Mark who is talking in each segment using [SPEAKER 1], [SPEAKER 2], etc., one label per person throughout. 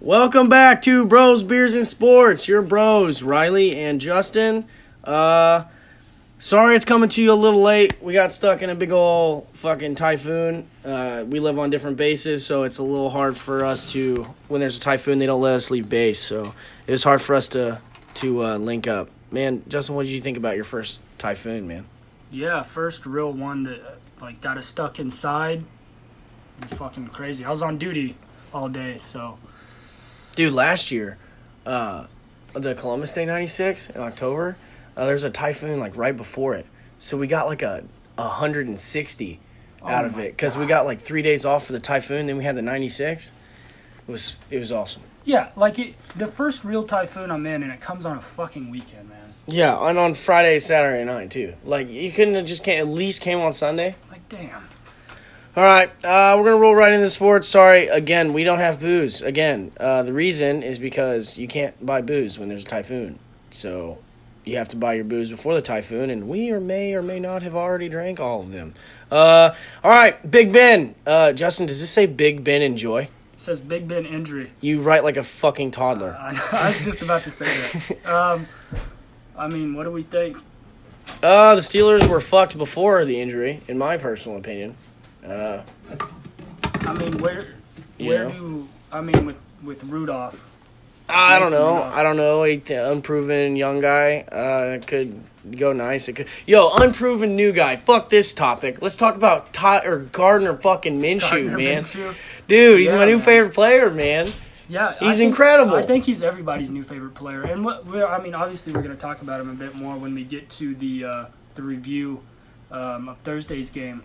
[SPEAKER 1] Welcome back to Bros Beers and Sports. Your bros, Riley and Justin. Uh sorry it's coming to you a little late. We got stuck in a big ol' fucking typhoon. Uh we live on different bases, so it's a little hard for us to when there's a typhoon they don't let us leave base, so it was hard for us to to uh, link up. Man, Justin, what did you think about your first typhoon, man?
[SPEAKER 2] Yeah, first real one that uh, like got us stuck inside. It was fucking crazy. I was on duty all day, so
[SPEAKER 1] Dude, last year, uh, the Columbus Day '96 in October, uh, there's a typhoon like right before it, so we got like a 160 out of
[SPEAKER 2] my
[SPEAKER 1] it because we got like three days off for the typhoon. Then we had the '96. It was it was awesome.
[SPEAKER 2] yeah, like it, the first real typhoon I'm in, and it comes on a fucking weekend, man.
[SPEAKER 1] Yeah, and on Friday, Saturday night too. Like you couldn't have just came, at least came on Sunday.
[SPEAKER 2] Like damn.
[SPEAKER 1] All right, uh, we're gonna roll right into sports. Sorry, again, we don't have booze. Again, uh, the reason is because you can't buy booze when there's a typhoon, so you have to buy your booze before the typhoon. And we or may or may not have already drank all of them. Uh, all right, Big Ben. Uh, Justin, does this say Big Ben enjoy?
[SPEAKER 2] It says Big Ben injury.
[SPEAKER 1] You write like a fucking toddler.
[SPEAKER 2] I, I was just about to say that. Um, I mean, what do we think?
[SPEAKER 1] Uh, the Steelers were fucked before the injury, in my personal opinion. Uh,
[SPEAKER 2] I mean, where
[SPEAKER 1] You
[SPEAKER 2] where
[SPEAKER 1] know.
[SPEAKER 2] do I mean with with Rudolph?
[SPEAKER 1] I don't
[SPEAKER 2] Mason
[SPEAKER 1] know.
[SPEAKER 2] Rudolph.
[SPEAKER 1] I don't know. A t- unproven young guy uh, could go nice. It could. Yo, unproven new guy. Fuck this topic. Let's talk about Todd or Gardner fucking Minshew,
[SPEAKER 2] Gardner
[SPEAKER 1] man.
[SPEAKER 2] Minshew?
[SPEAKER 1] Dude, he's my
[SPEAKER 2] Yeah,
[SPEAKER 1] new
[SPEAKER 2] man.
[SPEAKER 1] favorite player, man.
[SPEAKER 2] Yeah, I
[SPEAKER 1] He's
[SPEAKER 2] think-
[SPEAKER 1] incredible.
[SPEAKER 2] I think he's everybody's new favorite player, and what we're, I mean, obviously, we're going to talk about him a bit more when we get to the uh, the review um, of Thursday's game.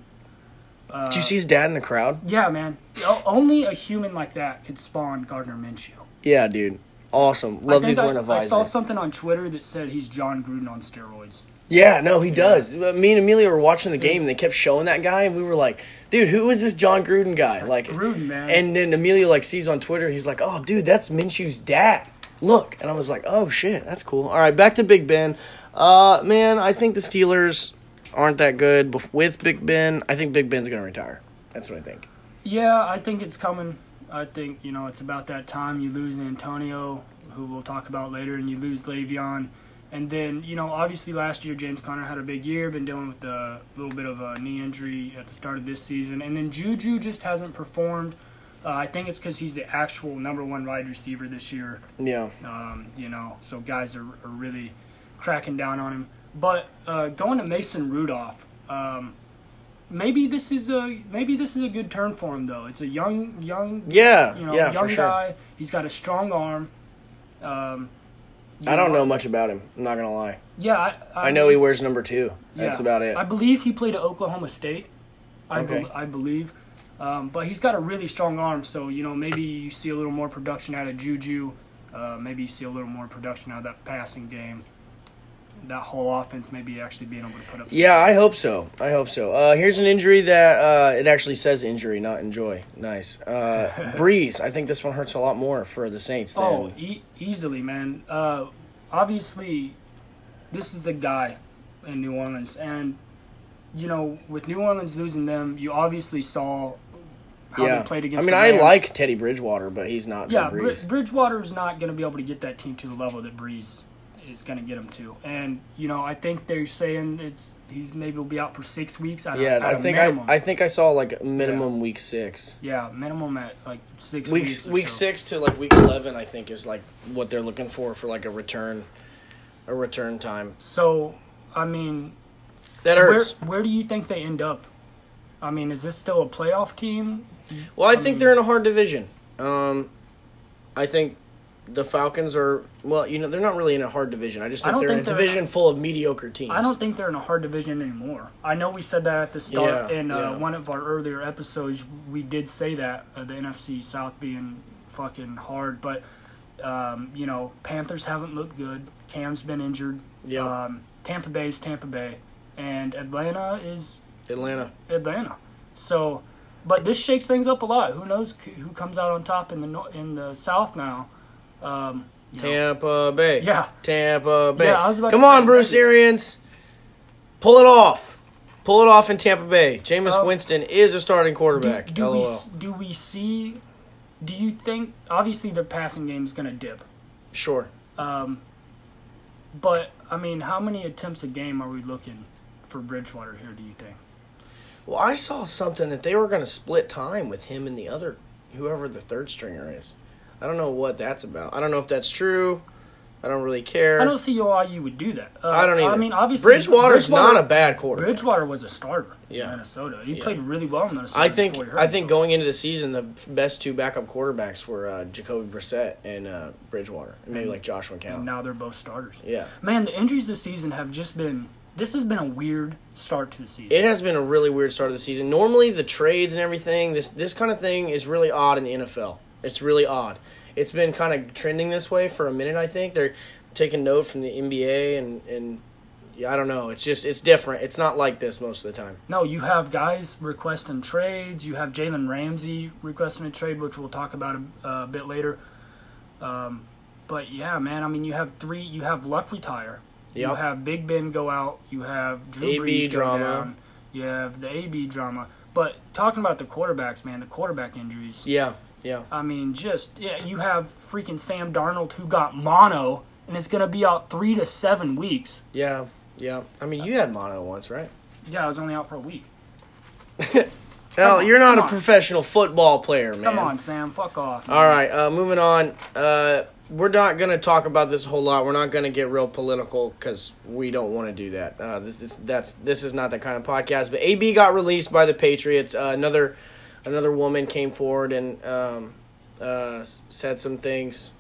[SPEAKER 2] Uh,
[SPEAKER 1] Did you see his dad in the crowd?
[SPEAKER 2] Yeah, man. O- only a human like that could spawn Gardner Minshew.
[SPEAKER 1] Yeah, dude. Awesome. Love
[SPEAKER 2] I
[SPEAKER 1] he's
[SPEAKER 2] think
[SPEAKER 1] wearing a
[SPEAKER 2] I, I
[SPEAKER 1] visor.
[SPEAKER 2] saw something on Twitter that said he's John Gruden on steroids.
[SPEAKER 1] Yeah, no, he does. Uh, Me and Amelia were watching the game,
[SPEAKER 2] was-
[SPEAKER 1] and they kept showing that guy, and we were like, "Dude, who is this John Gruden guy?" Like
[SPEAKER 2] Gruden, man.
[SPEAKER 1] And then Amelia like sees on Twitter, he's like, "Oh, dude, that's Minshew's dad." Look, and I was like, "Oh shit, that's cool." All right, back to Big Ben. Uh, man, I think the Steelers aren't that good bef- with Big Ben. I think Big Ben's gonna retire. That's what I think.
[SPEAKER 2] Yeah, I think it's coming. I think you know it's about that time you lose Antonio, who we'll talk about later, and you lose Le'Veon, and then you know obviously last year James Conner had a big year, been dealing with a little bit of a knee injury at the start of this season, and then Juju just hasn't performed. Uh, I think it's because he's the actual number one wide receiver this year.
[SPEAKER 1] Yeah,
[SPEAKER 2] Um, you know, so guys are, are really cracking down on him. But uh, going to Mason Rudolph, um, maybe this is a maybe this is a good turn for him though. It's a young young
[SPEAKER 1] yeah,
[SPEAKER 2] you know
[SPEAKER 1] yeah,
[SPEAKER 2] young
[SPEAKER 1] for sure.
[SPEAKER 2] guy. He's got a strong arm. Um, you
[SPEAKER 1] I don't know much about him. I'm not gonna lie.
[SPEAKER 2] Yeah, I, I,
[SPEAKER 1] I know he wears number two.
[SPEAKER 2] yeah.
[SPEAKER 1] That's about it.
[SPEAKER 2] I believe he played at Oklahoma State. I,
[SPEAKER 1] Okay.
[SPEAKER 2] bel- I believe. Um, but he's got a really strong arm, so you know maybe you see a little more production out of Juju. Uh, maybe you see a little more production out of that passing game. That whole offense maybe actually being able to put up. some
[SPEAKER 1] Yeah, I
[SPEAKER 2] points.
[SPEAKER 1] hope so. I hope so. Uh, here's an injury that uh, it actually says injury, not enjoy. Nice. Uh, Breeze. I think this one hurts a lot more for the Saints than
[SPEAKER 2] Oh, e- easily, man. Uh, obviously, this is the guy in New Orleans, and you know, with New Orleans losing them, you obviously saw how
[SPEAKER 1] yeah.
[SPEAKER 2] they played against.
[SPEAKER 1] I mean,
[SPEAKER 2] the
[SPEAKER 1] I
[SPEAKER 2] Rams.
[SPEAKER 1] like Teddy Bridgewater, but he's not
[SPEAKER 2] Yeah,
[SPEAKER 1] yeah,
[SPEAKER 2] Bri-
[SPEAKER 1] Breeze.
[SPEAKER 2] Bridgewater is not going to be able to get that team to the level that Breeze is going to get him to, and you know, I think they're saying it's he's maybe will be out for six weeks. At
[SPEAKER 1] yeah,
[SPEAKER 2] a,
[SPEAKER 1] I
[SPEAKER 2] at a
[SPEAKER 1] think I,
[SPEAKER 2] minimum.
[SPEAKER 1] I think I saw like minimum week six.
[SPEAKER 2] yeah, minimum at like six
[SPEAKER 1] Week
[SPEAKER 2] weeks. or
[SPEAKER 1] week
[SPEAKER 2] so.
[SPEAKER 1] six to like week eleven, I think is like what they're looking for for like a return, a return time.
[SPEAKER 2] So, I mean,
[SPEAKER 1] That
[SPEAKER 2] Where,
[SPEAKER 1] hurts.
[SPEAKER 2] where do you think they end up? I mean, is this still a playoff team?
[SPEAKER 1] Well, I think they're in a hard division. Um, I think the Falcons are well. You know, they're not really in a hard division. I just
[SPEAKER 2] I
[SPEAKER 1] think
[SPEAKER 2] don't
[SPEAKER 1] they're in
[SPEAKER 2] think
[SPEAKER 1] a
[SPEAKER 2] they're-
[SPEAKER 1] division full of mediocre teams.
[SPEAKER 2] I don't think they're in a hard division anymore. I know we said that at the start
[SPEAKER 1] Yeah,
[SPEAKER 2] in uh,
[SPEAKER 1] yeah.
[SPEAKER 2] one of our earlier episodes. We did say that uh, the NFC South being fucking hard, but um, you know, Panthers haven't looked good. Cam's been injured.
[SPEAKER 1] Yeah.
[SPEAKER 2] Um, Tampa Bay's Tampa Bay, and Atlanta is
[SPEAKER 1] Atlanta.
[SPEAKER 2] Atlanta. So, but this shakes things up a lot. Who knows c- who comes out on top in the nor- in the South now? Um, you know,
[SPEAKER 1] Tampa Bay.
[SPEAKER 2] Yeah.
[SPEAKER 1] Tampa Bay.
[SPEAKER 2] Yeah, I was about
[SPEAKER 1] Come
[SPEAKER 2] to
[SPEAKER 1] on,
[SPEAKER 2] say,
[SPEAKER 1] Bruce
[SPEAKER 2] maybe.
[SPEAKER 1] Arians. Pull it off. Pull it off in Tampa Bay. Jameis
[SPEAKER 2] Um,
[SPEAKER 1] Winston is a starting
[SPEAKER 2] do,
[SPEAKER 1] quarterback.
[SPEAKER 2] do we
[SPEAKER 1] LOL.
[SPEAKER 2] s- do we see Do you think obviously the passing game is going to dip?
[SPEAKER 1] Sure.
[SPEAKER 2] Um, but I mean, how many attempts a game are we looking for Bridgewater here? Do you think?
[SPEAKER 1] Well, I saw something that they were going to split time with him and the other, whoever the third stringer is. I don't know what that's about. I don't know if that's true. I don't really care.
[SPEAKER 2] I don't see why you would do that. Uh,
[SPEAKER 1] I don't either.
[SPEAKER 2] I mean, obviously,
[SPEAKER 1] Bridgewater's
[SPEAKER 2] Bridgewater-
[SPEAKER 1] not a bad quarterback.
[SPEAKER 2] Bridgewater was a starter.
[SPEAKER 1] Yeah.
[SPEAKER 2] in Minnesota. He
[SPEAKER 1] Yeah.
[SPEAKER 2] played really well in Minnesota.
[SPEAKER 1] I think
[SPEAKER 2] before he hurt
[SPEAKER 1] I think
[SPEAKER 2] himself.
[SPEAKER 1] going into the season, the best two backup quarterbacks were uh, Jacoby Brissett and uh, Bridgewater, and maybe like Joshua
[SPEAKER 2] And
[SPEAKER 1] McCown.
[SPEAKER 2] now they're both starters.
[SPEAKER 1] Yeah,
[SPEAKER 2] Man, the injuries this season have just been. This has been a weird start to the season.
[SPEAKER 1] it has been a really weird start of the season. Normally, the trades and everything, this this kind of thing is really odd in the NFL. It's really odd. It's been kind of trending this way for a minute. I think they're taking note from the NBA and and yeah, I don't know. It's just it's different. It's not like this most of the time.
[SPEAKER 2] No, you have guys requesting trades. You have Jalen Ramsey requesting a trade, which we'll talk about a, a bit later. Um, but yeah, man, I mean, you have three. You have Luck retire. You
[SPEAKER 1] Yep.
[SPEAKER 2] have Big Ben go out. You have Drew
[SPEAKER 1] AB
[SPEAKER 2] Brees go
[SPEAKER 1] drama.
[SPEAKER 2] down. You have the AB drama. But talking about the quarterbacks, man, the quarterback injuries.
[SPEAKER 1] Yeah, yeah.
[SPEAKER 2] I mean, just yeah, you have freaking Sam Darnold who got mono, and it's gonna be out three to seven weeks.
[SPEAKER 1] Yeah, yeah. I mean, you had mono once, right?
[SPEAKER 2] Yeah, I was only out for a week.
[SPEAKER 1] No,
[SPEAKER 2] on,
[SPEAKER 1] you're not
[SPEAKER 2] come
[SPEAKER 1] a
[SPEAKER 2] on.
[SPEAKER 1] professional football player, man.
[SPEAKER 2] Come on, Sam, fuck off. man.
[SPEAKER 1] All right, uh, moving on. Uh, we're not going to talk about this a whole lot. We're not going to get real political because we don't want to do that. Uh, this, this, that's, this is not that kind of podcast. But AB got released by the Patriots. Uh, another another woman came forward and um, uh, s- said some things.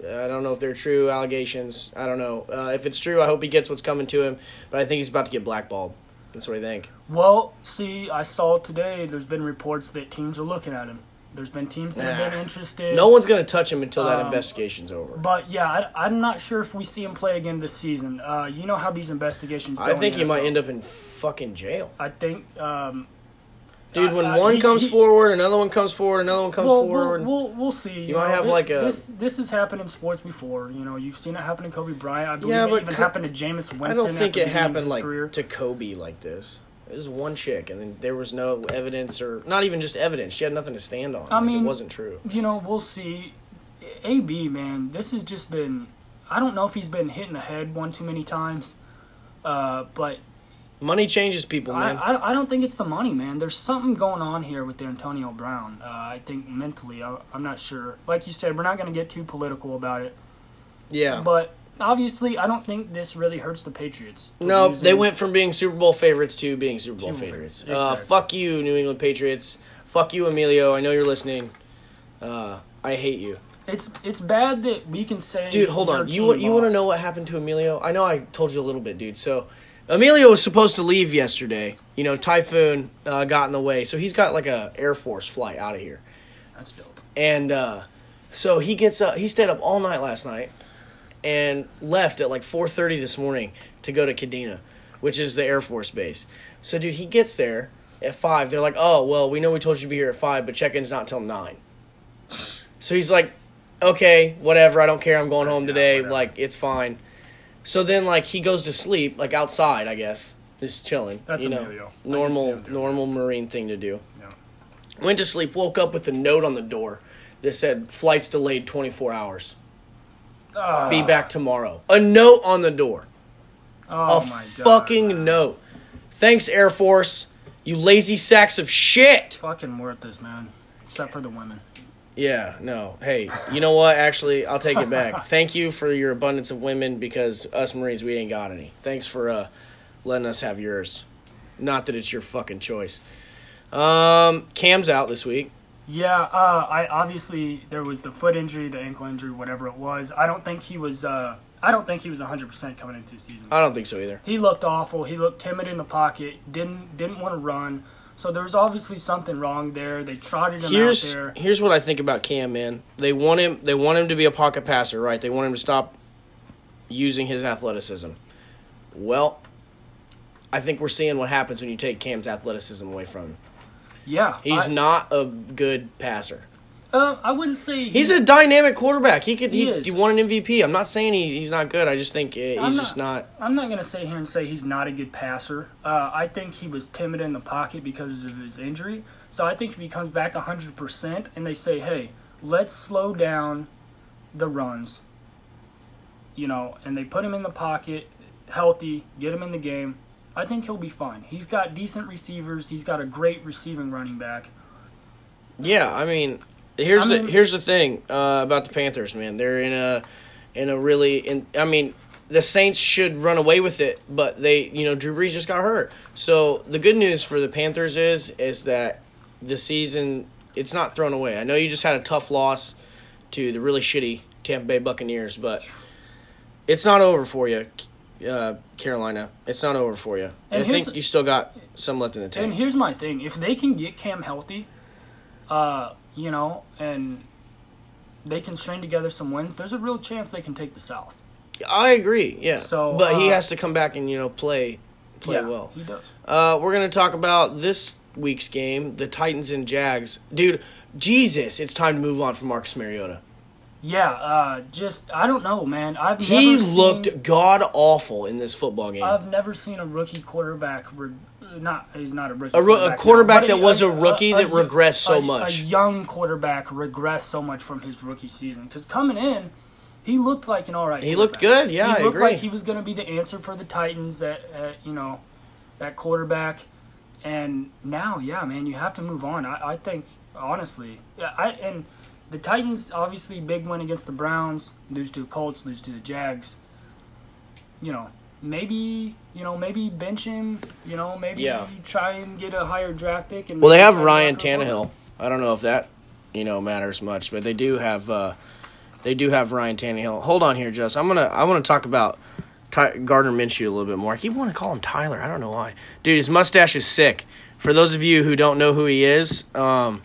[SPEAKER 1] I don't know if they're true allegations. I don't know. Uh, if it's true, I hope he gets what's coming to him. But I think he's about to get blackballed. That's what I think.
[SPEAKER 2] Well, see, I saw today there's been reports that teams are looking at him. There's been teams that have
[SPEAKER 1] Nah.
[SPEAKER 2] been interested.
[SPEAKER 1] No one's going to touch him until that
[SPEAKER 2] Um,
[SPEAKER 1] investigation's over.
[SPEAKER 2] But yeah, I, I'm not sure if we see him play again this season. Uh, you know how these investigations.
[SPEAKER 1] I think he might end up in fucking jail.
[SPEAKER 2] I think. Um,
[SPEAKER 1] Dude,
[SPEAKER 2] I-
[SPEAKER 1] when
[SPEAKER 2] I-
[SPEAKER 1] one
[SPEAKER 2] he-
[SPEAKER 1] comes
[SPEAKER 2] he-
[SPEAKER 1] forward, another one comes forward, another one comes
[SPEAKER 2] well,
[SPEAKER 1] forward.
[SPEAKER 2] we'll, we'll we'll see. You,
[SPEAKER 1] might
[SPEAKER 2] know,
[SPEAKER 1] have
[SPEAKER 2] thi-
[SPEAKER 1] like a-
[SPEAKER 2] this. This has happened in sports before. You know, you've seen it happen to Kobe Bryant. I believe
[SPEAKER 1] Yeah,
[SPEAKER 2] it
[SPEAKER 1] but
[SPEAKER 2] even
[SPEAKER 1] Co-
[SPEAKER 2] happened to Jameis Winston.
[SPEAKER 1] I don't think
[SPEAKER 2] after the
[SPEAKER 1] it
[SPEAKER 2] end of
[SPEAKER 1] happened
[SPEAKER 2] his
[SPEAKER 1] like
[SPEAKER 2] career.
[SPEAKER 1] to Kobe like this. It was one chick, and then there was no evidence, or not even just evidence. She had nothing to stand on.
[SPEAKER 2] I
[SPEAKER 1] Like,
[SPEAKER 2] mean-
[SPEAKER 1] it wasn't true.
[SPEAKER 2] you know, we'll see. AB, man, this has just been. I don't know if he's been hit in the head one too many times, uh, but
[SPEAKER 1] Money changes people,
[SPEAKER 2] I,
[SPEAKER 1] man.
[SPEAKER 2] I, I don't think it's the money, man. There's something going on here with Antonio Brown. Uh, I think mentally, I, I'm not sure. Like you said, we're not going to get too political about it,
[SPEAKER 1] yeah.
[SPEAKER 2] but obviously, I don't think this really hurts the Patriots. for
[SPEAKER 1] No,
[SPEAKER 2] losing-
[SPEAKER 1] they went from being Super Bowl favorites to being Super Bowl
[SPEAKER 2] Super
[SPEAKER 1] favorites.
[SPEAKER 2] favorites,
[SPEAKER 1] Uh,
[SPEAKER 2] exactly.
[SPEAKER 1] fuck you, New England Patriots. Fuck you, Emilio. I know you're listening. Uh, I hate you.
[SPEAKER 2] It's it's bad that we can say,
[SPEAKER 1] Dude, hold
[SPEAKER 2] your
[SPEAKER 1] on. You
[SPEAKER 2] team
[SPEAKER 1] want you want to
[SPEAKER 2] lost.
[SPEAKER 1] know what happened to Emilio? I know I told you a little bit, dude. So Emilio was supposed to leave yesterday. You know, typhoon uh, got in the way, so he's got like a Air Force flight out of here,
[SPEAKER 2] That's dope.
[SPEAKER 1] and uh, so he gets up. He stayed up all night last night, and left at like four thirty this morning to go to Kadena, which is the Air Force base. So, dude, he gets there at five. They're like, "Oh, well, we know we told you to be here at five, but check-in's not till nine. So he's like, okay, whatever. I don't care. I'm going home today.
[SPEAKER 2] whatever.
[SPEAKER 1] like, it's fine. So then, like, he goes to sleep, like outside, I guess, just chilling.
[SPEAKER 2] That's
[SPEAKER 1] you know,
[SPEAKER 2] Emilio. I can see him
[SPEAKER 1] normal,
[SPEAKER 2] doing
[SPEAKER 1] normal Marine thing to do.
[SPEAKER 2] Yeah.
[SPEAKER 1] Went to sleep, woke up with a note on the door that said, "Flights delayed 24 hours.
[SPEAKER 2] Ah.
[SPEAKER 1] Be back tomorrow." A note on the door.
[SPEAKER 2] Oh
[SPEAKER 1] a
[SPEAKER 2] my god.
[SPEAKER 1] fucking note. Thanks, Air Force. You lazy sacks of shit.
[SPEAKER 2] fucking worth this, man. Except for the women.
[SPEAKER 1] Yeah, no. Hey, you know what? Actually, I'll take it back. Thank you for your abundance of women because us Marines, we ain't got any. Thanks for uh, letting us have yours. Not that it's your fucking choice. Um, Cam's out this week.
[SPEAKER 2] Yeah, uh, I obviously there was the foot injury, the ankle injury, whatever it was. I don't think he was. Uh, I don't think he was 100 percent coming into the season.
[SPEAKER 1] I don't think so either.
[SPEAKER 2] He looked awful. He looked timid in the pocket. Didn't didn't want to run. So there was obviously something wrong there. They trotted him out
[SPEAKER 1] Here's
[SPEAKER 2] there.
[SPEAKER 1] here's what I think about Cam, man. They want him they want him to be a pocket passer, right? They want him to stop using his athleticism. Well, I think we're seeing what happens when you take Cam's athleticism away from him.
[SPEAKER 2] Yeah,
[SPEAKER 1] He's
[SPEAKER 2] I,
[SPEAKER 1] not a good passer.
[SPEAKER 2] Uh, I wouldn't say he-
[SPEAKER 1] He's a dynamic quarterback. He could.
[SPEAKER 2] He
[SPEAKER 1] He,
[SPEAKER 2] is.
[SPEAKER 1] he won an MVP. I'm not saying he, he's not good. I just think uh he's
[SPEAKER 2] I'm
[SPEAKER 1] just not.
[SPEAKER 2] I'm not gonna sit here and say he's not a good passer. Uh, I think he was timid in the pocket because of his injury. So I think if he comes back 100 percent and they say, hey, let's slow down the runs. You know, and they put him in the pocket, healthy, get him in the game. I think he'll be fine. He's got decent receivers. He's got a great receiving running back.
[SPEAKER 1] Yeah, I mean, here's
[SPEAKER 2] I mean-
[SPEAKER 1] the here's the thing uh, about the Panthers, man. They're in a in a really in. I mean, the Saints should run away with it, but they, you know, Drew Brees just got hurt. So the good news for the Panthers is is that the season it's not thrown away. I know you just had a tough loss to the really shitty Tampa Bay Buccaneers, but it's not over for you. Uh, Carolina, it's not over for you.
[SPEAKER 2] And
[SPEAKER 1] I
[SPEAKER 2] here's
[SPEAKER 1] think
[SPEAKER 2] the-
[SPEAKER 1] you still got some left in the tank.
[SPEAKER 2] And here's my thing: if they can get Cam healthy, uh, you know, and they can string together some wins, there's a real chance they can take the South.
[SPEAKER 1] I agree. Yeah.
[SPEAKER 2] So,
[SPEAKER 1] but he
[SPEAKER 2] uh,
[SPEAKER 1] has to come back and you know play play
[SPEAKER 2] yeah,
[SPEAKER 1] well.
[SPEAKER 2] he does.
[SPEAKER 1] Uh, we're gonna talk about this week's game, the Titans and Jags. Dude, Jesus, it's time to move on from Marcus Mariota.
[SPEAKER 2] Yeah, uh, just I don't know, man. I've
[SPEAKER 1] He
[SPEAKER 2] never seen-
[SPEAKER 1] looked god awful in this football game.
[SPEAKER 2] I've never seen a rookie quarterback. Re- not he's not a rookie.
[SPEAKER 1] A ro- a
[SPEAKER 2] quarterback, now,
[SPEAKER 1] quarterback
[SPEAKER 2] but
[SPEAKER 1] that was a rookie that
[SPEAKER 2] yo-
[SPEAKER 1] regressed so
[SPEAKER 2] a-
[SPEAKER 1] much.
[SPEAKER 2] A young quarterback regressed so much from his rookie season because coming in, he looked like an all right.
[SPEAKER 1] He looked
[SPEAKER 2] quarterback.
[SPEAKER 1] good, yeah,
[SPEAKER 2] he
[SPEAKER 1] I
[SPEAKER 2] looked
[SPEAKER 1] agree.
[SPEAKER 2] like he was going to be the answer for the Titans. That uh, you know, that quarterback, and now, yeah, man, you have to move on. I, I think honestly, yeah, I and the Titans obviously big win against the Browns, lose to the Colts, lose to the Jags. You know, maybe you know maybe bench him. You know, maybe
[SPEAKER 1] Yeah.
[SPEAKER 2] try and get a higher draft pick. And
[SPEAKER 1] well, they
[SPEAKER 2] maybe
[SPEAKER 1] have
[SPEAKER 2] try to
[SPEAKER 1] Ryan
[SPEAKER 2] lock him up.
[SPEAKER 1] Tannehill. I don't know if that you know matters much, but they do have uh, they do have Ryan Tannehill. Hold on here, Jess. I'm gonna I want to talk about Ty- Gardner Minshew a little bit more. I keep wanting to call him Tyler. I don't know why, dude. His mustache is sick. For those of you who don't know who he is, um,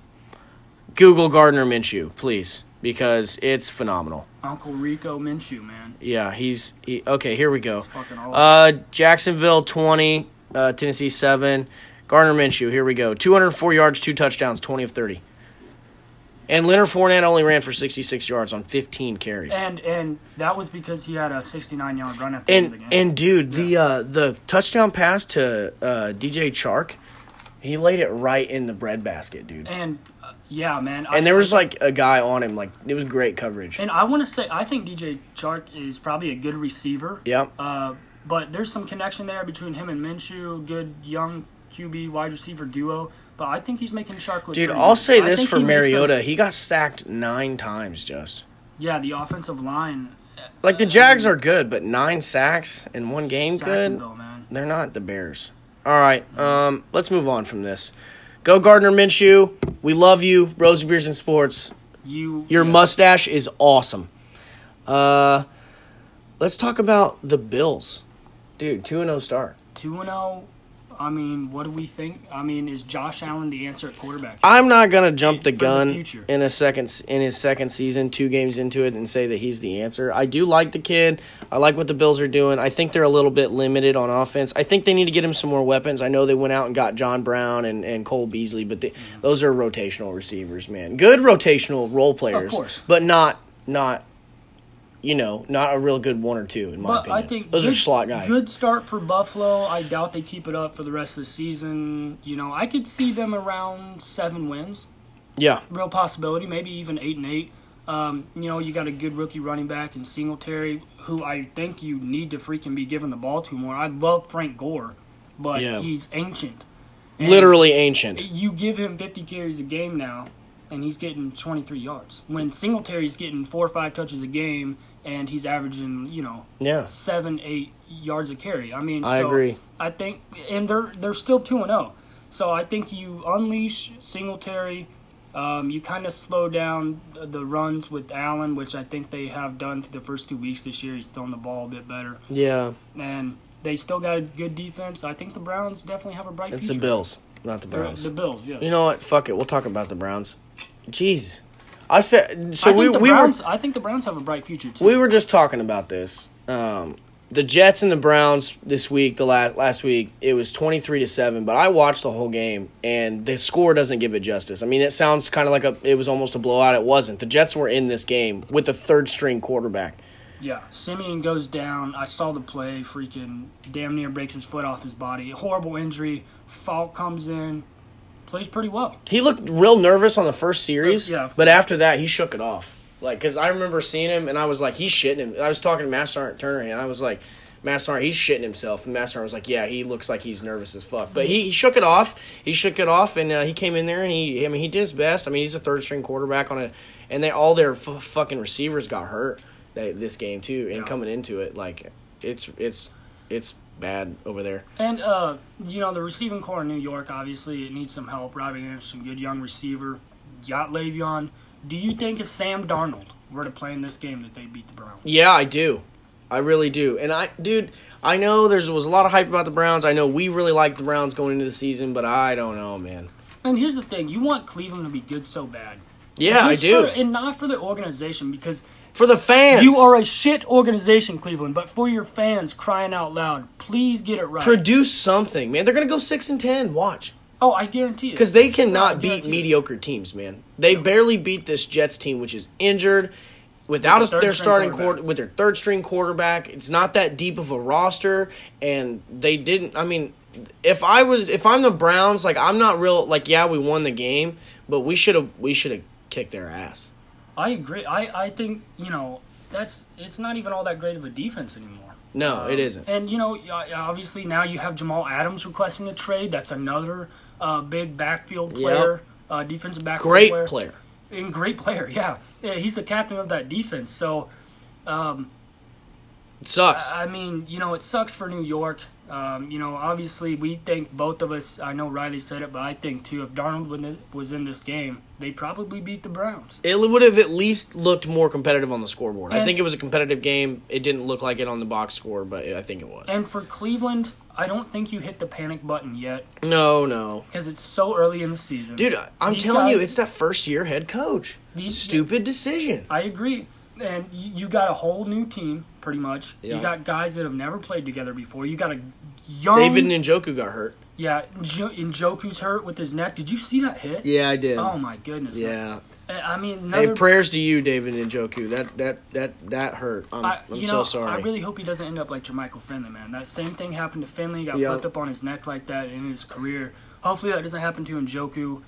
[SPEAKER 1] Google Gardner Minshew, please, because it's phenomenal.
[SPEAKER 2] Uncle Rico Minshew, man.
[SPEAKER 1] Yeah, he's he, okay. Here we go.
[SPEAKER 2] Fucking awesome.
[SPEAKER 1] Uh, Jacksonville twenty, uh, Tennessee seven. Garner Minshew. Here we go. Two hundred four yards, two touchdowns, twenty of thirty. And Leonard Fournette only ran for sixty six yards on fifteen carries.
[SPEAKER 2] and and that was because he had a 69 yard run at the end of
[SPEAKER 1] And
[SPEAKER 2] the game.
[SPEAKER 1] and dude, the uh, the touchdown pass to uh, DJ Chark, he laid it right in the breadbasket, dude.
[SPEAKER 2] And, uh, yeah, man. I-
[SPEAKER 1] And there was like a guy on him, like it was great coverage.
[SPEAKER 2] And I want to say, I think DJ Chark is probably a good receiver.
[SPEAKER 1] Yeah.
[SPEAKER 2] Uh, but there's some connection there between him and Minshew, good young QB wide receiver duo. But I think he's making Chark look.
[SPEAKER 1] Dude,
[SPEAKER 2] pretty
[SPEAKER 1] I'll
[SPEAKER 2] good.
[SPEAKER 1] say
[SPEAKER 2] I
[SPEAKER 1] this
[SPEAKER 2] think
[SPEAKER 1] for
[SPEAKER 2] he makes us-
[SPEAKER 1] Mariota. He got sacked nine times, just.
[SPEAKER 2] yeah, the offensive line.
[SPEAKER 1] Like the Jags are good, but nine sacks in one game, good.
[SPEAKER 2] Saxonville, man.
[SPEAKER 1] They're not the Bears. All right, um, let's move on from this. Go Gardner Minshew. We love you, Rose Beers and Sports.
[SPEAKER 2] You.
[SPEAKER 1] Your
[SPEAKER 2] yeah.
[SPEAKER 1] mustache is awesome. Uh, let's talk about the Bills, dude. Two and oh zero start.
[SPEAKER 2] two and zero. I mean, what do we think? I mean, is Josh Allen the answer at quarterback?
[SPEAKER 1] I'm not gonna jump the
[SPEAKER 2] For the
[SPEAKER 1] gun
[SPEAKER 2] future.
[SPEAKER 1] in a second s- in his second season, two games into it, and say that he's the answer. I do like the kid. I like what the Bills are doing. I think they're a little bit limited on offense. I think they need to get him some more weapons. I know they went out and got John Brown and, and Cole Beasley, but they, those are rotational receivers, man. Good rotational role players,
[SPEAKER 2] course.
[SPEAKER 1] but not not you know not a real good one or two in my
[SPEAKER 2] But
[SPEAKER 1] opinion.
[SPEAKER 2] I think
[SPEAKER 1] those are
[SPEAKER 2] good-
[SPEAKER 1] slot guys.
[SPEAKER 2] Good start for Buffalo. I doubt they keep it up for the rest of the season. You know, I could see them around seven wins.
[SPEAKER 1] Yeah,
[SPEAKER 2] real possibility, maybe even eight and eight. Um, you know, you got a good rookie running back in Singletary, who I think you need to freaking be giving the ball to more. I love Frank Gore, but
[SPEAKER 1] Yeah.
[SPEAKER 2] he's ancient. And
[SPEAKER 1] literally ancient.
[SPEAKER 2] You give him 50 carries a game now, and he's getting 23 yards. When Singletary's getting four or five touches a game, and he's averaging, you know,
[SPEAKER 1] Yeah,
[SPEAKER 2] seven, eight yards a carry. I mean,
[SPEAKER 1] I
[SPEAKER 2] so
[SPEAKER 1] agree.
[SPEAKER 2] I think, and they're they're still two and zero. So I think you unleash Singletary. Um, you kind of slow down the- the runs with Allen, which I think they have done through the first two weeks this year. He's thrown the ball a bit better,
[SPEAKER 1] yeah.
[SPEAKER 2] and they still got a good defense. I think the Browns definitely have a bright
[SPEAKER 1] It's the
[SPEAKER 2] future.
[SPEAKER 1] Bills, not the
[SPEAKER 2] Or
[SPEAKER 1] Browns.
[SPEAKER 2] The Bills, yes.
[SPEAKER 1] You know what? Fuck it. We'll talk about the Browns. Jeez. I said so
[SPEAKER 2] I think
[SPEAKER 1] we
[SPEAKER 2] the
[SPEAKER 1] we
[SPEAKER 2] Browns.
[SPEAKER 1] were
[SPEAKER 2] I think the Browns have a bright future too.
[SPEAKER 1] we were just talking about this. Um the Jets and the Browns this week, the last last week, it was 23 to 7, but I watched the whole game and the score doesn't give it justice. I mean, it sounds kind of like a it was almost a blowout. It wasn't. The Jets were in this game with the third string quarterback.
[SPEAKER 2] Yeah, Simeon goes down. I saw the play. Freaking damn near breaks his foot off his body. Horrible injury. Falk comes in, plays pretty well.
[SPEAKER 1] He looked real nervous on the first series,
[SPEAKER 2] Oh, Yeah, of
[SPEAKER 1] but after that, he shook it off. Like, because I remember seeing him, and I was like, he's shitting him. I was talking to Matt Sergeant Turner, and I was like, Matt Sergeant, he's shitting himself. And Matt Sergeant was like, yeah, he looks like he's nervous as fuck. But he, he shook it off. He shook it off, and uh, he came in there, and he, I mean, he did his best. I mean, he's a third string quarterback on it, and they all their f- fucking receivers got hurt that, this game too. And
[SPEAKER 2] Yeah.
[SPEAKER 1] coming into it, like, it's it's it's bad over there.
[SPEAKER 2] And uh, you know, the receiving core in New York obviously it needs some help. Robbie Anderson, good young receiver, got Le'Veon. Do you think if Sam Darnold were to play in this game that they beat the Browns?
[SPEAKER 1] Yeah, I do. I really do. And I, dude, I know there's was a lot of hype about the Browns. I know we really liked the Browns going into the season, but I don't know, man.
[SPEAKER 2] And here's the thing: you want Cleveland to be good so bad.
[SPEAKER 1] Yeah, I
[SPEAKER 2] Just
[SPEAKER 1] do.
[SPEAKER 2] for- and not for the organization because
[SPEAKER 1] For the fans,
[SPEAKER 2] you are a shit organization, Cleveland. But for your fans crying out loud, please get it right.
[SPEAKER 1] produce something, man. They're gonna go six and ten. Watch,
[SPEAKER 2] oh, I guarantee it.
[SPEAKER 1] because they cannot beat
[SPEAKER 2] guarantee it.
[SPEAKER 1] mediocre teams, man. They barely beat this Jets team, which is injured. Without
[SPEAKER 2] With
[SPEAKER 1] a,
[SPEAKER 2] their
[SPEAKER 1] their
[SPEAKER 2] third-string
[SPEAKER 1] starting
[SPEAKER 2] quarterback.
[SPEAKER 1] quarter, with their third string quarterback, it's not that deep of a roster, and they didn't. I mean, if I was, if I'm the Browns, like I'm not real. Like, yeah, we won the game, but we should have, we should have kicked their ass.
[SPEAKER 2] I agree. I, I think you know that's it's not even all that great of a defense anymore.
[SPEAKER 1] No, it isn't.
[SPEAKER 2] And you know, y- obviously now you have Jamal Adams requesting a trade. That's another uh, big backfield
[SPEAKER 1] Yep.
[SPEAKER 2] player, uh, defensive backfield
[SPEAKER 1] Great
[SPEAKER 2] player,
[SPEAKER 1] player.
[SPEAKER 2] and great player. Yeah. yeah, he's the captain of that defense. So
[SPEAKER 1] It sucks.
[SPEAKER 2] I mean, you know, it sucks for New York. Um, you know, obviously we think both of us. I know Riley said it, but I think too. If Darnold wa- was in this game, they probably beat the Browns.
[SPEAKER 1] it would have at least looked more competitive on the scoreboard. I
[SPEAKER 2] And-
[SPEAKER 1] think it was a competitive game. It didn't look like it on the box score, but I think it was.
[SPEAKER 2] And for Cleveland, I don't think you hit the panic button yet
[SPEAKER 1] No, no.
[SPEAKER 2] because it's so early in the season.
[SPEAKER 1] Dude, I- I'm
[SPEAKER 2] These
[SPEAKER 1] telling you,
[SPEAKER 2] guys-
[SPEAKER 1] it's that first year head coach.
[SPEAKER 2] These-
[SPEAKER 1] Stupid decision.
[SPEAKER 2] I agree. And you, you got a whole new team, pretty much.
[SPEAKER 1] Yeah.
[SPEAKER 2] You got guys that have never played together before. You got a young
[SPEAKER 1] David Njoku got hurt.
[SPEAKER 2] yeah. Jo- Njoku's hurt with his neck. Did you see that hit?
[SPEAKER 1] Yeah, I did.
[SPEAKER 2] Oh my goodness. man.
[SPEAKER 1] yeah.
[SPEAKER 2] I I mean,
[SPEAKER 1] Hey,
[SPEAKER 2] another,
[SPEAKER 1] prayers to you, David Njoku. That that that that hurt. I'm,
[SPEAKER 2] I,
[SPEAKER 1] I'm
[SPEAKER 2] you
[SPEAKER 1] so
[SPEAKER 2] know,
[SPEAKER 1] sorry.
[SPEAKER 2] I really hope he doesn't end up like Jermichael Finley, man. That same thing happened to Finley. Got
[SPEAKER 1] Yeah.
[SPEAKER 2] flipped up on his neck like that in his career. Hopefully that doesn't happen to Njoku.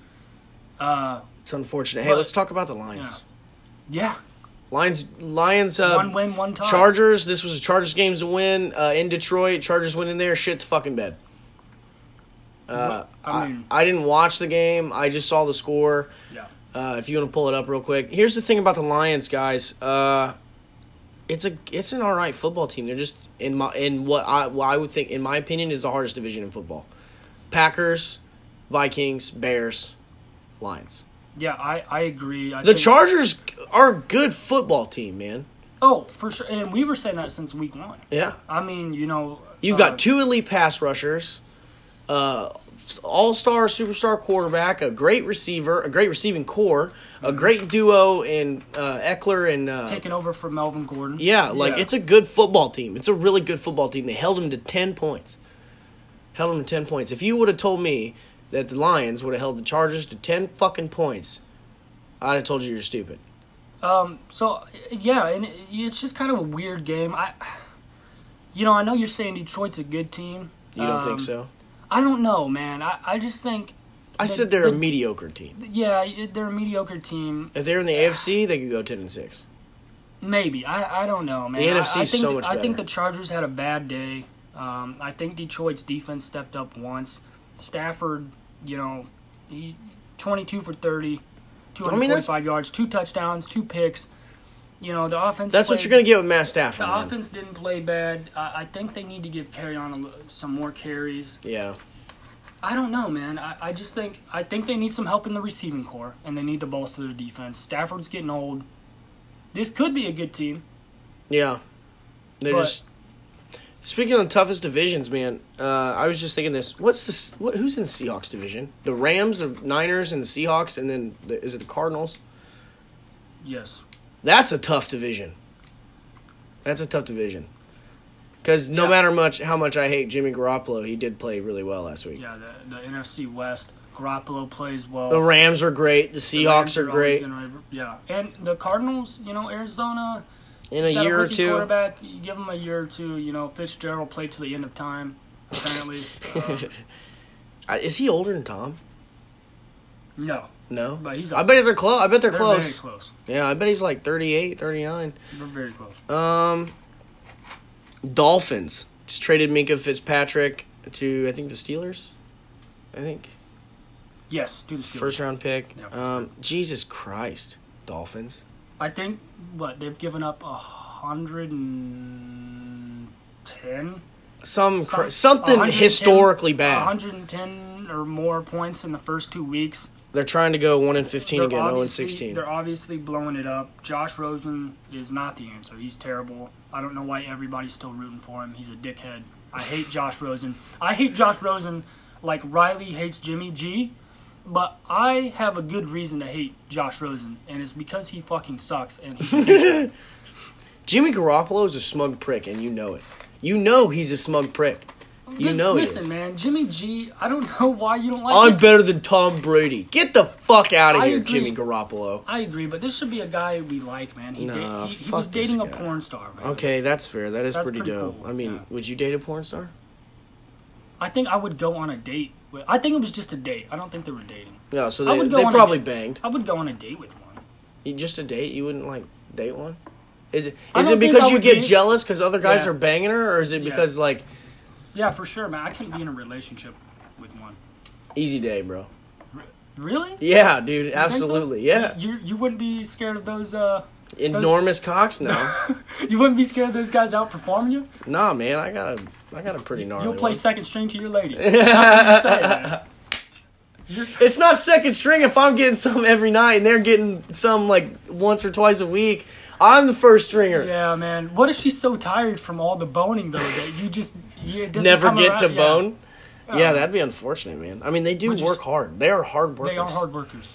[SPEAKER 2] Uh,
[SPEAKER 1] it's unfortunate. Hey,
[SPEAKER 2] But-
[SPEAKER 1] let's talk about the Lions.
[SPEAKER 2] yeah.
[SPEAKER 1] Lions Lions uh,
[SPEAKER 2] One win, one tie.
[SPEAKER 1] Chargers. This was a Chargers game's a win uh, in Detroit. Chargers went in there, shit the fucking bed. Uh,
[SPEAKER 2] I mean-
[SPEAKER 1] I, I didn't watch the game. I just saw the score.
[SPEAKER 2] Yeah.
[SPEAKER 1] Uh, if you want to pull it up real quick, here's the thing about the Lions, guys. Uh, it's a it's an all right football team. They're just in my in what I what I would think in my opinion is the hardest division in football. Packers, Vikings, Bears, Lions.
[SPEAKER 2] Yeah, I, I agree. I
[SPEAKER 1] The
[SPEAKER 2] think-
[SPEAKER 1] Chargers are a good football team, man.
[SPEAKER 2] Oh, for sure. And we were saying that since week one.
[SPEAKER 1] Yeah.
[SPEAKER 2] I mean, you know,
[SPEAKER 1] You've
[SPEAKER 2] uh,
[SPEAKER 1] got two elite pass rushers, uh, all star, superstar quarterback, a great receiver, a great receiving core, a great duo in uh, Eckler and uh,
[SPEAKER 2] taking over from Melvin Gordon.
[SPEAKER 1] yeah, like it's a good football team. It's a really good football team. They held him to ten points. Held him to ten points. If you would have told me that the Lions would have held the Chargers to ten fucking points, I'd have told you you're stupid.
[SPEAKER 2] um. So yeah, and it- it's just kind of a weird game. I, you know, I know you're saying Detroit's a good team.
[SPEAKER 1] You don't
[SPEAKER 2] Um,
[SPEAKER 1] think so?
[SPEAKER 2] I don't know, man. I, I just think
[SPEAKER 1] I said they're a mediocre team.
[SPEAKER 2] yeah, it- they're a mediocre team.
[SPEAKER 1] If they're in the AFC, they could go ten and six.
[SPEAKER 2] Maybe I, I don't know, man.
[SPEAKER 1] The
[SPEAKER 2] I-
[SPEAKER 1] NFC
[SPEAKER 2] I,
[SPEAKER 1] is
[SPEAKER 2] think
[SPEAKER 1] so much
[SPEAKER 2] I think
[SPEAKER 1] better.
[SPEAKER 2] the Chargers had a bad day. Um, I think Detroit's defense stepped up once. Stafford, you know, he 22 for 30,
[SPEAKER 1] I mean, that's-
[SPEAKER 2] 245 yards, two touchdowns, two picks. You know, the offense.
[SPEAKER 1] That's what
[SPEAKER 2] played-
[SPEAKER 1] you're gonna get with Matt Stafford.
[SPEAKER 2] The
[SPEAKER 1] man.
[SPEAKER 2] offense didn't play bad. I, I think they need to give carry on a, li- some more carries.
[SPEAKER 1] Yeah.
[SPEAKER 2] I don't know, man. I, I just think I think they need some help in the receiving core, and they need to bolster their defense. Stafford's getting old. This could be a good team.
[SPEAKER 1] Yeah. They're
[SPEAKER 2] But-
[SPEAKER 1] just speaking of the toughest divisions, man. Uh, I was just thinking this. What's this? What, who's in the Seahawks division? The Rams, the Niners, and the Seahawks, and then the, is it the Cardinals?
[SPEAKER 2] Yes.
[SPEAKER 1] That's a tough division. That's a tough division. Because no
[SPEAKER 2] Yeah.
[SPEAKER 1] matter much how much I hate Jimmy Garoppolo, he did play really well last week.
[SPEAKER 2] Yeah, the, the NFC West. Garoppolo plays well.
[SPEAKER 1] The Rams are great. The
[SPEAKER 2] The Rams
[SPEAKER 1] Seahawks are
[SPEAKER 2] always
[SPEAKER 1] great.
[SPEAKER 2] gonna- yeah, and the Cardinals. You know, Arizona.
[SPEAKER 1] In a
[SPEAKER 2] got
[SPEAKER 1] year or
[SPEAKER 2] rookie
[SPEAKER 1] two,
[SPEAKER 2] Quarterback. You give them a year or two. You know, Fitzgerald played to the end of time. Apparently, Uh,
[SPEAKER 1] Uh, is he older than Tom?
[SPEAKER 2] No,
[SPEAKER 1] No,
[SPEAKER 2] but he's.
[SPEAKER 1] I bet they're close. I bet they're,
[SPEAKER 2] they're
[SPEAKER 1] close.
[SPEAKER 2] Very close.
[SPEAKER 1] Yeah, I bet he's like 38, 39.
[SPEAKER 2] They're very close.
[SPEAKER 1] Um, Dolphins just traded Minka Fitzpatrick to I think the Steelers. I think
[SPEAKER 2] Yes, do the Steelers.
[SPEAKER 1] first round pick.
[SPEAKER 2] Yeah, first
[SPEAKER 1] Um, Jesus Christ, Dolphins.
[SPEAKER 2] I think what they've given up a hundred and ten.
[SPEAKER 1] Some cr-
[SPEAKER 2] Some-
[SPEAKER 1] something
[SPEAKER 2] 110
[SPEAKER 1] historically bad.
[SPEAKER 2] 110 or more points in the first two weeks.
[SPEAKER 1] They're trying to go one and fifteen
[SPEAKER 2] They're
[SPEAKER 1] again, zero and
[SPEAKER 2] obviously-
[SPEAKER 1] sixteen.
[SPEAKER 2] They're obviously blowing it up. Josh Rosen is not the answer. He's terrible. I don't know why everybody's still rooting for him. He's a dickhead. I hate Josh Rosen. I hate Josh Rosen like Riley hates Jimmy G, but I have a good reason to hate Josh Rosen, and it's because he fucking sucks and he's a dickhead.
[SPEAKER 1] Jimmy Garoppolo is a smug prick, and you know it. You know he's a smug prick. You
[SPEAKER 2] Just
[SPEAKER 1] know he
[SPEAKER 2] Listen,
[SPEAKER 1] is.
[SPEAKER 2] man, Jimmy G. I don't know why you don't like.
[SPEAKER 1] I'm
[SPEAKER 2] this-
[SPEAKER 1] better than Tom Brady. Get the fuck out of
[SPEAKER 2] I
[SPEAKER 1] here,
[SPEAKER 2] agree.
[SPEAKER 1] Jimmy Garoppolo.
[SPEAKER 2] I agree, but this should be a guy we like, man. He,
[SPEAKER 1] Nah,
[SPEAKER 2] da- he, he
[SPEAKER 1] fuck
[SPEAKER 2] was
[SPEAKER 1] this
[SPEAKER 2] dating a
[SPEAKER 1] guy.
[SPEAKER 2] porn star, man.
[SPEAKER 1] Okay, that's fair. That is
[SPEAKER 2] That's
[SPEAKER 1] pretty,
[SPEAKER 2] pretty
[SPEAKER 1] dope.
[SPEAKER 2] cool,
[SPEAKER 1] I mean,
[SPEAKER 2] yeah.
[SPEAKER 1] would you date a porn star?
[SPEAKER 2] I think I would go on a date. With, I think it was just a date. I don't think they were dating.
[SPEAKER 1] No, so
[SPEAKER 2] I
[SPEAKER 1] they,
[SPEAKER 2] would go
[SPEAKER 1] they
[SPEAKER 2] on a
[SPEAKER 1] probably
[SPEAKER 2] date.
[SPEAKER 1] banged.
[SPEAKER 2] I would go on a date with one.
[SPEAKER 1] You- Just a date? You wouldn't like date one? Is it
[SPEAKER 2] I
[SPEAKER 1] is
[SPEAKER 2] don't
[SPEAKER 1] it
[SPEAKER 2] think I
[SPEAKER 1] because you
[SPEAKER 2] would
[SPEAKER 1] get
[SPEAKER 2] date-
[SPEAKER 1] jealous because other guys
[SPEAKER 2] Yeah.
[SPEAKER 1] are banging her, or is it
[SPEAKER 2] Yeah.
[SPEAKER 1] because like
[SPEAKER 2] Yeah, for sure, man. I couldn't be in a relationship with one.
[SPEAKER 1] easy day, bro?
[SPEAKER 2] Really? You think
[SPEAKER 1] Yeah, dude,
[SPEAKER 2] so?
[SPEAKER 1] absolutely, yeah.
[SPEAKER 2] You you wouldn't be scared of those uh.
[SPEAKER 1] Enormous cocks now.
[SPEAKER 2] you wouldn't be scared of those guys outperforming you.
[SPEAKER 1] nah, man, I got a I got a pretty gnarly.
[SPEAKER 2] You'll play
[SPEAKER 1] one.
[SPEAKER 2] second string to your lady. That's what you're saying, man. You're saying-
[SPEAKER 1] It's not second string if I'm getting some every night and they're getting some like once or twice a week. I'm the first stringer.
[SPEAKER 2] Yeah, man. What if she's so tired from all the boning though that you just you, it doesn't
[SPEAKER 1] Never
[SPEAKER 2] come
[SPEAKER 1] get
[SPEAKER 2] around-
[SPEAKER 1] to
[SPEAKER 2] yeah. Oh.
[SPEAKER 1] bone. Yeah. that'd be unfortunate, man. I mean, they do
[SPEAKER 2] Which is-
[SPEAKER 1] work hard. They are hard workers.
[SPEAKER 2] They are hard workers.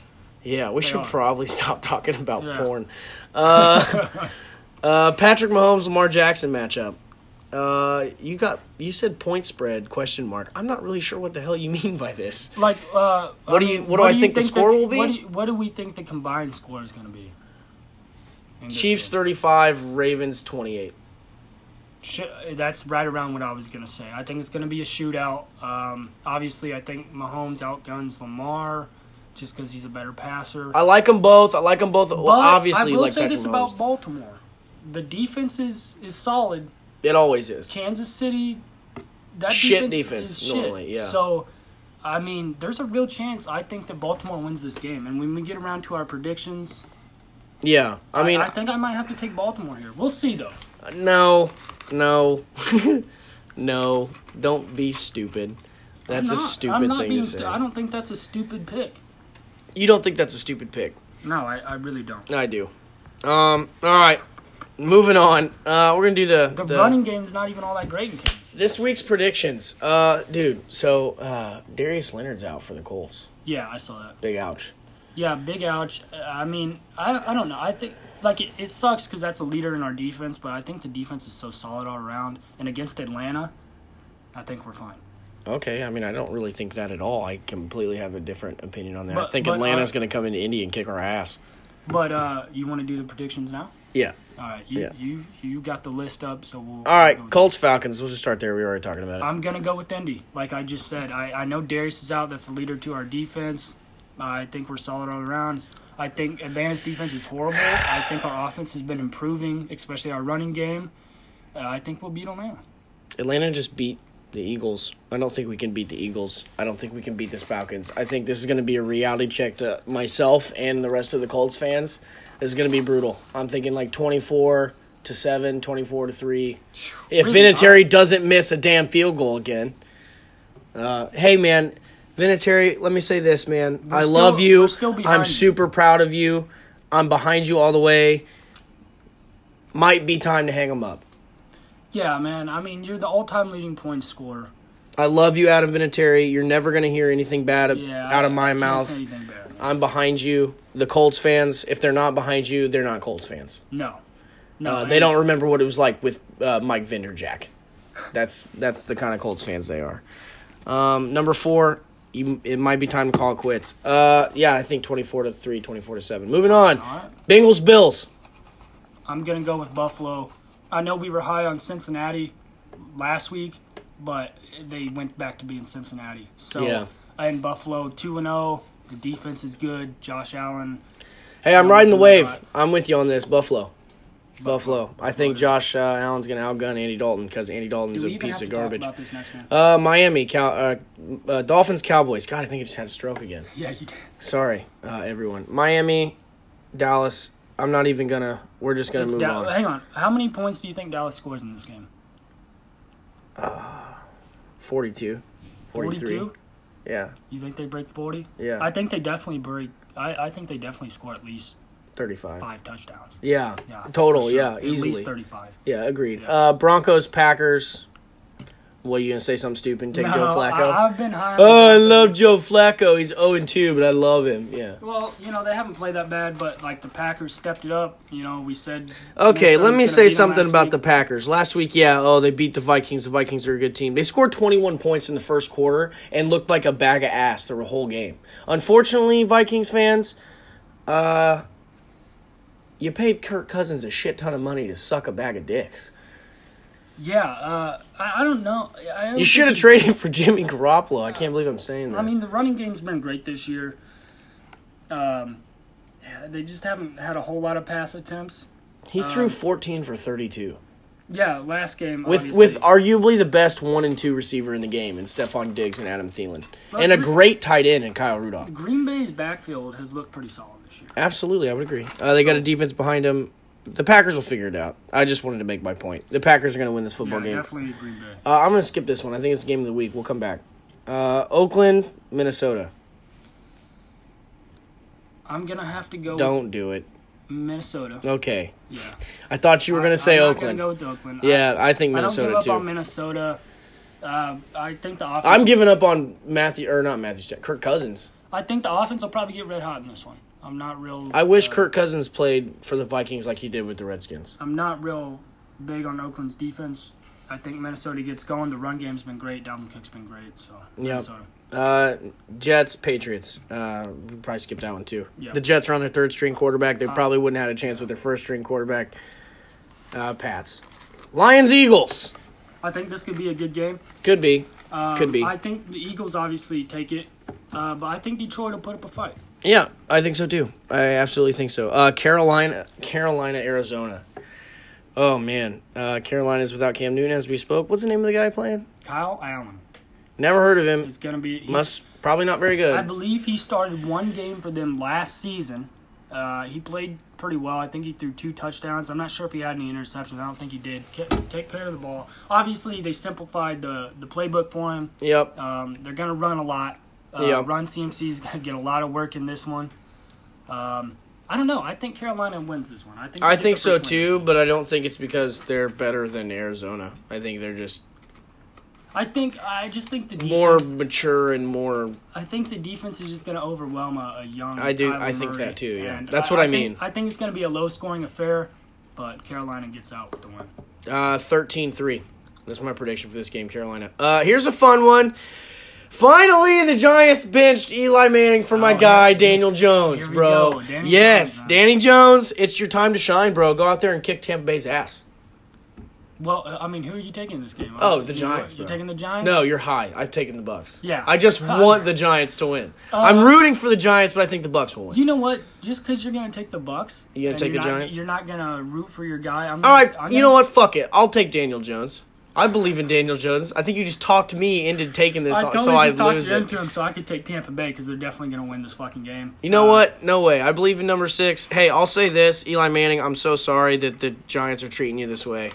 [SPEAKER 1] Yeah, we should
[SPEAKER 2] are.
[SPEAKER 1] probably stop talking about
[SPEAKER 2] Yeah.
[SPEAKER 1] porn. Uh, uh, Patrick Mahomes, Lamar Jackson matchup. Uh, you got you said point spread question mark. I'm not really sure what the hell you mean by this.
[SPEAKER 2] Like, uh,
[SPEAKER 1] What do you- what do I think the score will be?
[SPEAKER 2] What do, you- what do we think the combined score is going to be? in this
[SPEAKER 1] Chiefs
[SPEAKER 2] game?
[SPEAKER 1] 35, Ravens 28.
[SPEAKER 2] Sh- that's right around what I was going to say. I think it's going to be a shootout. Um, obviously, I think Mahomes outguns Lamar just because he's a better passer.
[SPEAKER 1] I like them both. I like them both. well,
[SPEAKER 2] But
[SPEAKER 1] obviously,
[SPEAKER 2] I will
[SPEAKER 1] like
[SPEAKER 2] say
[SPEAKER 1] Patrick
[SPEAKER 2] this
[SPEAKER 1] Mahomes.
[SPEAKER 2] about Baltimore: the defense is is solid.
[SPEAKER 1] it always is.
[SPEAKER 2] Kansas City, that
[SPEAKER 1] Shit
[SPEAKER 2] defense,
[SPEAKER 1] defense,
[SPEAKER 2] is shit.
[SPEAKER 1] normally, yeah.
[SPEAKER 2] So, I mean, there's a real chance I think that Baltimore wins this game. And when we get around to our predictions,
[SPEAKER 1] Yeah, I mean, uh,
[SPEAKER 2] I, think I might have to take Baltimore here. We'll see though.
[SPEAKER 1] no, no, no. Don't be stupid. That's
[SPEAKER 2] I'm
[SPEAKER 1] a
[SPEAKER 2] not-
[SPEAKER 1] stupid
[SPEAKER 2] I'm not
[SPEAKER 1] thing
[SPEAKER 2] being
[SPEAKER 1] to say.
[SPEAKER 2] stu- I don't think that's a stupid pick.
[SPEAKER 1] you don't think that's a stupid pick?
[SPEAKER 2] No, I, I really don't.
[SPEAKER 1] I do. Um. All right. Moving on. Uh, we're gonna do the,
[SPEAKER 2] The,
[SPEAKER 1] the-
[SPEAKER 2] running game's not even all that great in Kansas.
[SPEAKER 1] this week's predictions. Uh, dude. So, uh, Darius Leonard's out for the Colts.
[SPEAKER 2] Yeah, I saw that.
[SPEAKER 1] Big ouch.
[SPEAKER 2] Yeah, big ouch. Uh, I mean, I I don't know. I think like it, it sucks because that's a leader in our defense, but I think the defense is so solid all around. And against Atlanta, I think we're fine.
[SPEAKER 1] Okay. I mean, I don't really think that at all. I completely have a different opinion on that. I
[SPEAKER 2] But-
[SPEAKER 1] think
[SPEAKER 2] but uh,
[SPEAKER 1] Atlanta's
[SPEAKER 2] I-
[SPEAKER 1] gonna come into Indy and kick our ass.
[SPEAKER 2] But uh, you want to do the predictions now?
[SPEAKER 1] Yeah.
[SPEAKER 2] All right, you
[SPEAKER 1] Yeah.
[SPEAKER 2] you, you got the list up, so we'll.
[SPEAKER 1] All
[SPEAKER 2] we'll
[SPEAKER 1] right.
[SPEAKER 2] go-
[SPEAKER 1] Colts Falcons. We'll just start there. We were already talking about it.
[SPEAKER 2] I'm gonna go with Indy, like I just said. I, I know Darius is out. That's a leader to our defense. I think we're solid all around. I think Atlanta's defense is horrible. I think our offense has been improving, especially our running game. Uh, I think we'll beat Atlanta.
[SPEAKER 1] Atlanta just beat the Eagles. I don't think we can beat the Eagles. I don't think we can beat this Falcons. I think this is going to be a reality check to myself and the rest of the Colts fans. This is going to be brutal. I'm thinking like 24 to 7, 24 to 3. If
[SPEAKER 2] Really?
[SPEAKER 1] Vinatieri doesn't miss a damn field goal again. Uh, hey, man. Vinatieri, let me say this, man. I
[SPEAKER 2] still-
[SPEAKER 1] love you.
[SPEAKER 2] we're still behind
[SPEAKER 1] I'm
[SPEAKER 2] you.
[SPEAKER 1] super proud of you. I'm behind you all the way. Might be time to hang him up.
[SPEAKER 2] Yeah, man. I mean, you're the all-time leading point scorer.
[SPEAKER 1] I love you, Adam Vinatieri. You're never going to hear anything bad
[SPEAKER 2] Yeah,
[SPEAKER 1] out of
[SPEAKER 2] I-
[SPEAKER 1] my
[SPEAKER 2] I can't
[SPEAKER 1] mouth.
[SPEAKER 2] say anything bad.
[SPEAKER 1] I'm behind you. The Colts fans, if they're not behind you, they're not Colts fans.
[SPEAKER 2] No, no,
[SPEAKER 1] Uh,
[SPEAKER 2] I
[SPEAKER 1] they don't remember what it was like with uh, Mike Vinderjack. That's that's the kind of Colts fans they are. Um, number four, you, it might be time to call it quits. Uh, yeah, I think 24 to 3, 24 to 7. Moving on.
[SPEAKER 2] right.
[SPEAKER 1] Bengals, Bills.
[SPEAKER 2] I'm gonna go with Buffalo. I know we were high on Cincinnati last week, but they went back to being Cincinnati. So
[SPEAKER 1] Yeah.
[SPEAKER 2] and Buffalo two and zero. The defense is good. Josh Allen.
[SPEAKER 1] Hey, I'm
[SPEAKER 2] I'm
[SPEAKER 1] riding the
[SPEAKER 2] with you on
[SPEAKER 1] wave. I'm with you on this. Buffalo. Buffalo. I think Josh uh, Allen's going to outgun Andy Dalton because Andy Dalton's
[SPEAKER 2] Do we
[SPEAKER 1] a
[SPEAKER 2] even
[SPEAKER 1] piece
[SPEAKER 2] have
[SPEAKER 1] of
[SPEAKER 2] to talk
[SPEAKER 1] garbage.
[SPEAKER 2] about this next one?
[SPEAKER 1] Uh, Miami, Cow- uh, uh, Dolphins, Cowboys. God, I think I just had a stroke again.
[SPEAKER 2] Yeah, you did.
[SPEAKER 1] Sorry, uh, everyone. Miami, Dallas. I'm not even gonna. We're just gonna
[SPEAKER 2] It's
[SPEAKER 1] move
[SPEAKER 2] Dal-
[SPEAKER 1] on.
[SPEAKER 2] Hang on. How many points do you think Dallas scores in this game?
[SPEAKER 1] 42, 43.
[SPEAKER 2] 42?
[SPEAKER 1] Yeah,
[SPEAKER 2] You think they break 40?
[SPEAKER 1] Yeah.
[SPEAKER 2] I think they definitely break. I, I think they definitely score at least
[SPEAKER 1] 35.
[SPEAKER 2] five touchdowns.
[SPEAKER 1] Yeah,
[SPEAKER 2] Yeah.
[SPEAKER 1] total.
[SPEAKER 2] for sure.
[SPEAKER 1] Yeah,
[SPEAKER 2] At
[SPEAKER 1] easily.
[SPEAKER 2] least 35.
[SPEAKER 1] Yeah, agreed.
[SPEAKER 2] Yeah.
[SPEAKER 1] Uh, Broncos, Packers. What are you gonna say? Something stupid? and Take
[SPEAKER 2] No,
[SPEAKER 1] Joe Flacco.
[SPEAKER 2] I, have been high. on
[SPEAKER 1] oh, I
[SPEAKER 2] Flacco.
[SPEAKER 1] love Joe Flacco. He's 0 2, but I love him. Yeah.
[SPEAKER 2] Well, you know, they haven't played that bad, but, like, the Packers stepped it up. You know, we said.
[SPEAKER 1] Okay,
[SPEAKER 2] Minnesota's
[SPEAKER 1] let me
[SPEAKER 2] gonna
[SPEAKER 1] say
[SPEAKER 2] beat 'em
[SPEAKER 1] something
[SPEAKER 2] last
[SPEAKER 1] about
[SPEAKER 2] week.
[SPEAKER 1] the Packers. Last week, yeah, oh, they beat the Vikings. The Vikings are a good team. They scored 21 points in the first quarter and looked like a bag of ass the whole game. Unfortunately, Vikings fans, uh, you paid Kirk Cousins a shit ton of money to suck a bag of dicks.
[SPEAKER 2] Yeah, uh, I, I don't know. I don't
[SPEAKER 1] You
[SPEAKER 2] think
[SPEAKER 1] should have
[SPEAKER 2] he-
[SPEAKER 1] traded for Jimmy Garoppolo. I can't believe I'm saying that.
[SPEAKER 2] I mean, the running game's been great this year. Um, yeah, they just haven't had a whole lot of pass attempts.
[SPEAKER 1] he
[SPEAKER 2] um,
[SPEAKER 1] threw 14 for 32
[SPEAKER 2] Yeah, last game
[SPEAKER 1] with
[SPEAKER 2] obviously.
[SPEAKER 1] with arguably the best one and two receiver in the game, and Stephon Diggs and Adam Thielen,
[SPEAKER 2] Well,
[SPEAKER 1] and a
[SPEAKER 2] Gre-
[SPEAKER 1] great tight end in Kyle Rudolph.
[SPEAKER 2] Green Bay's backfield has looked pretty solid this year.
[SPEAKER 1] Absolutely, I would agree. Uh, they got a defense behind them. The Packers will figure it out. I just wanted to make my point. The Packers are going to win this
[SPEAKER 2] Yeah,
[SPEAKER 1] football game.
[SPEAKER 2] definitely Green Bay.
[SPEAKER 1] Uh, I'm going to skip this one. I think it's game of the week. We'll come back. Uh, Oakland, Minnesota.
[SPEAKER 2] I'm gonna have to go
[SPEAKER 1] Don't do it.
[SPEAKER 2] with Minnesota.
[SPEAKER 1] Okay.
[SPEAKER 2] Yeah,
[SPEAKER 1] I thought you were going to say
[SPEAKER 2] I'm not
[SPEAKER 1] Oakland.
[SPEAKER 2] Gonna go with Oakland.
[SPEAKER 1] yeah, I think
[SPEAKER 2] I, I don't give
[SPEAKER 1] Minnesota
[SPEAKER 2] up on
[SPEAKER 1] too.
[SPEAKER 2] Minnesota. Uh, I think the offense.
[SPEAKER 1] I'm giving up on Matthew or not Matthew Stafford, Kirk Cousins.
[SPEAKER 2] I think the offense will probably get red hot in this one. I'm not real.
[SPEAKER 1] I wish
[SPEAKER 2] uh,
[SPEAKER 1] Kirk Cousins played for the Vikings like he did with the Redskins.
[SPEAKER 2] I'm not real big on Oakland's defense. I think Minnesota gets going. The run game's been great. Dalvin Cook's been great. So Minnesota.
[SPEAKER 1] Uh, Jets, Patriots. Uh, we probably skip that one too.
[SPEAKER 2] Yeah. Uh-huh.
[SPEAKER 1] The Jets are on their third string quarterback. They probably wouldn't have had a chance with their first string quarterback. Uh, Pats, Lions, Eagles.
[SPEAKER 2] I think this could be a good game.
[SPEAKER 1] Could be.
[SPEAKER 2] Um,
[SPEAKER 1] Could be.
[SPEAKER 2] I think the Eagles obviously take it, uh, but I think Detroit will put up a fight.
[SPEAKER 1] Yeah, I think so too. I absolutely think so. Uh, Carolina, Carolina, Arizona. Oh man, uh, Carolina's without Cam Newton as we spoke. What's the name of the guy playing?
[SPEAKER 2] Kyle Allen
[SPEAKER 1] Never heard of him.
[SPEAKER 2] is going to be. he's-
[SPEAKER 1] Must probably not very
[SPEAKER 2] I
[SPEAKER 1] good.
[SPEAKER 2] believe he started one game for them last season. Uh, he played pretty well. I think he threw two touchdowns. I'm not sure if he had any interceptions. I don't think he did. Ca- Take care of the ball. Obviously, they simplified the, the playbook for him.
[SPEAKER 1] Yep.
[SPEAKER 2] Um, they're going to run a lot. Uh,
[SPEAKER 1] Yeah.
[SPEAKER 2] Run CMC's going to get a lot of work in this one. Um, I don't know. I think Carolina wins this one. I think. they
[SPEAKER 1] I
[SPEAKER 2] get
[SPEAKER 1] think
[SPEAKER 2] the
[SPEAKER 1] so
[SPEAKER 2] first win.
[SPEAKER 1] too, but I don't think it's because they're better than Arizona. I think they're just
[SPEAKER 2] I think I just think the defense,
[SPEAKER 1] more mature and more.
[SPEAKER 2] I think the defense is just going to overwhelm a, a young.
[SPEAKER 1] I do-
[SPEAKER 2] Kyler
[SPEAKER 1] I think
[SPEAKER 2] Murray,
[SPEAKER 1] that too, yeah.
[SPEAKER 2] and
[SPEAKER 1] That's what I
[SPEAKER 2] think-
[SPEAKER 1] mean.
[SPEAKER 2] I think it's going to be a low scoring affair, but Carolina gets out with the win.
[SPEAKER 1] Uh, 13-3. That's my prediction for this game, Carolina. Uh, here's a fun one. Finally, the Giants benched Eli Manning for my
[SPEAKER 2] Oh,
[SPEAKER 1] guy
[SPEAKER 2] here-
[SPEAKER 1] Daniel Jones,
[SPEAKER 2] here we
[SPEAKER 1] bro.
[SPEAKER 2] go. Danny
[SPEAKER 1] yes,
[SPEAKER 2] Jones, huh?
[SPEAKER 1] Danny Jones, it's your time to shine, bro. Go out there and kick Tampa Bay's ass.
[SPEAKER 2] Well, uh, I mean, who are you taking in this game?
[SPEAKER 1] Oh, the
[SPEAKER 2] You-
[SPEAKER 1] Giants,
[SPEAKER 2] You're
[SPEAKER 1] bro.
[SPEAKER 2] taking the Giants.
[SPEAKER 1] No, you're high. I've taken the Bucks.
[SPEAKER 2] Yeah.
[SPEAKER 1] I just want the Giants to win.
[SPEAKER 2] Uh,
[SPEAKER 1] I'm rooting for the Giants, but I think the Bucks will win.
[SPEAKER 2] You know what? Just because you're going to take the Bucks,
[SPEAKER 1] You gonna
[SPEAKER 2] and
[SPEAKER 1] take
[SPEAKER 2] you're
[SPEAKER 1] the
[SPEAKER 2] not-
[SPEAKER 1] Giants?
[SPEAKER 2] You're not going to root for your guy. I'm
[SPEAKER 1] All
[SPEAKER 2] gonna-
[SPEAKER 1] right,
[SPEAKER 2] I'm gonna-
[SPEAKER 1] you know what? Fuck it. I'll take Daniel Jones. I believe in Daniel Jones. I think you just talked me into taking this,
[SPEAKER 2] I totally
[SPEAKER 1] so I
[SPEAKER 2] just talked
[SPEAKER 1] lose
[SPEAKER 2] you
[SPEAKER 1] it.
[SPEAKER 2] into him, so I could take Tampa Bay because they're definitely going to win this fucking game.
[SPEAKER 1] You know
[SPEAKER 2] Uh,
[SPEAKER 1] what? No way. I believe in number six. Hey, I'll say this, Eli Manning. I'm so sorry that the Giants are treating you this way.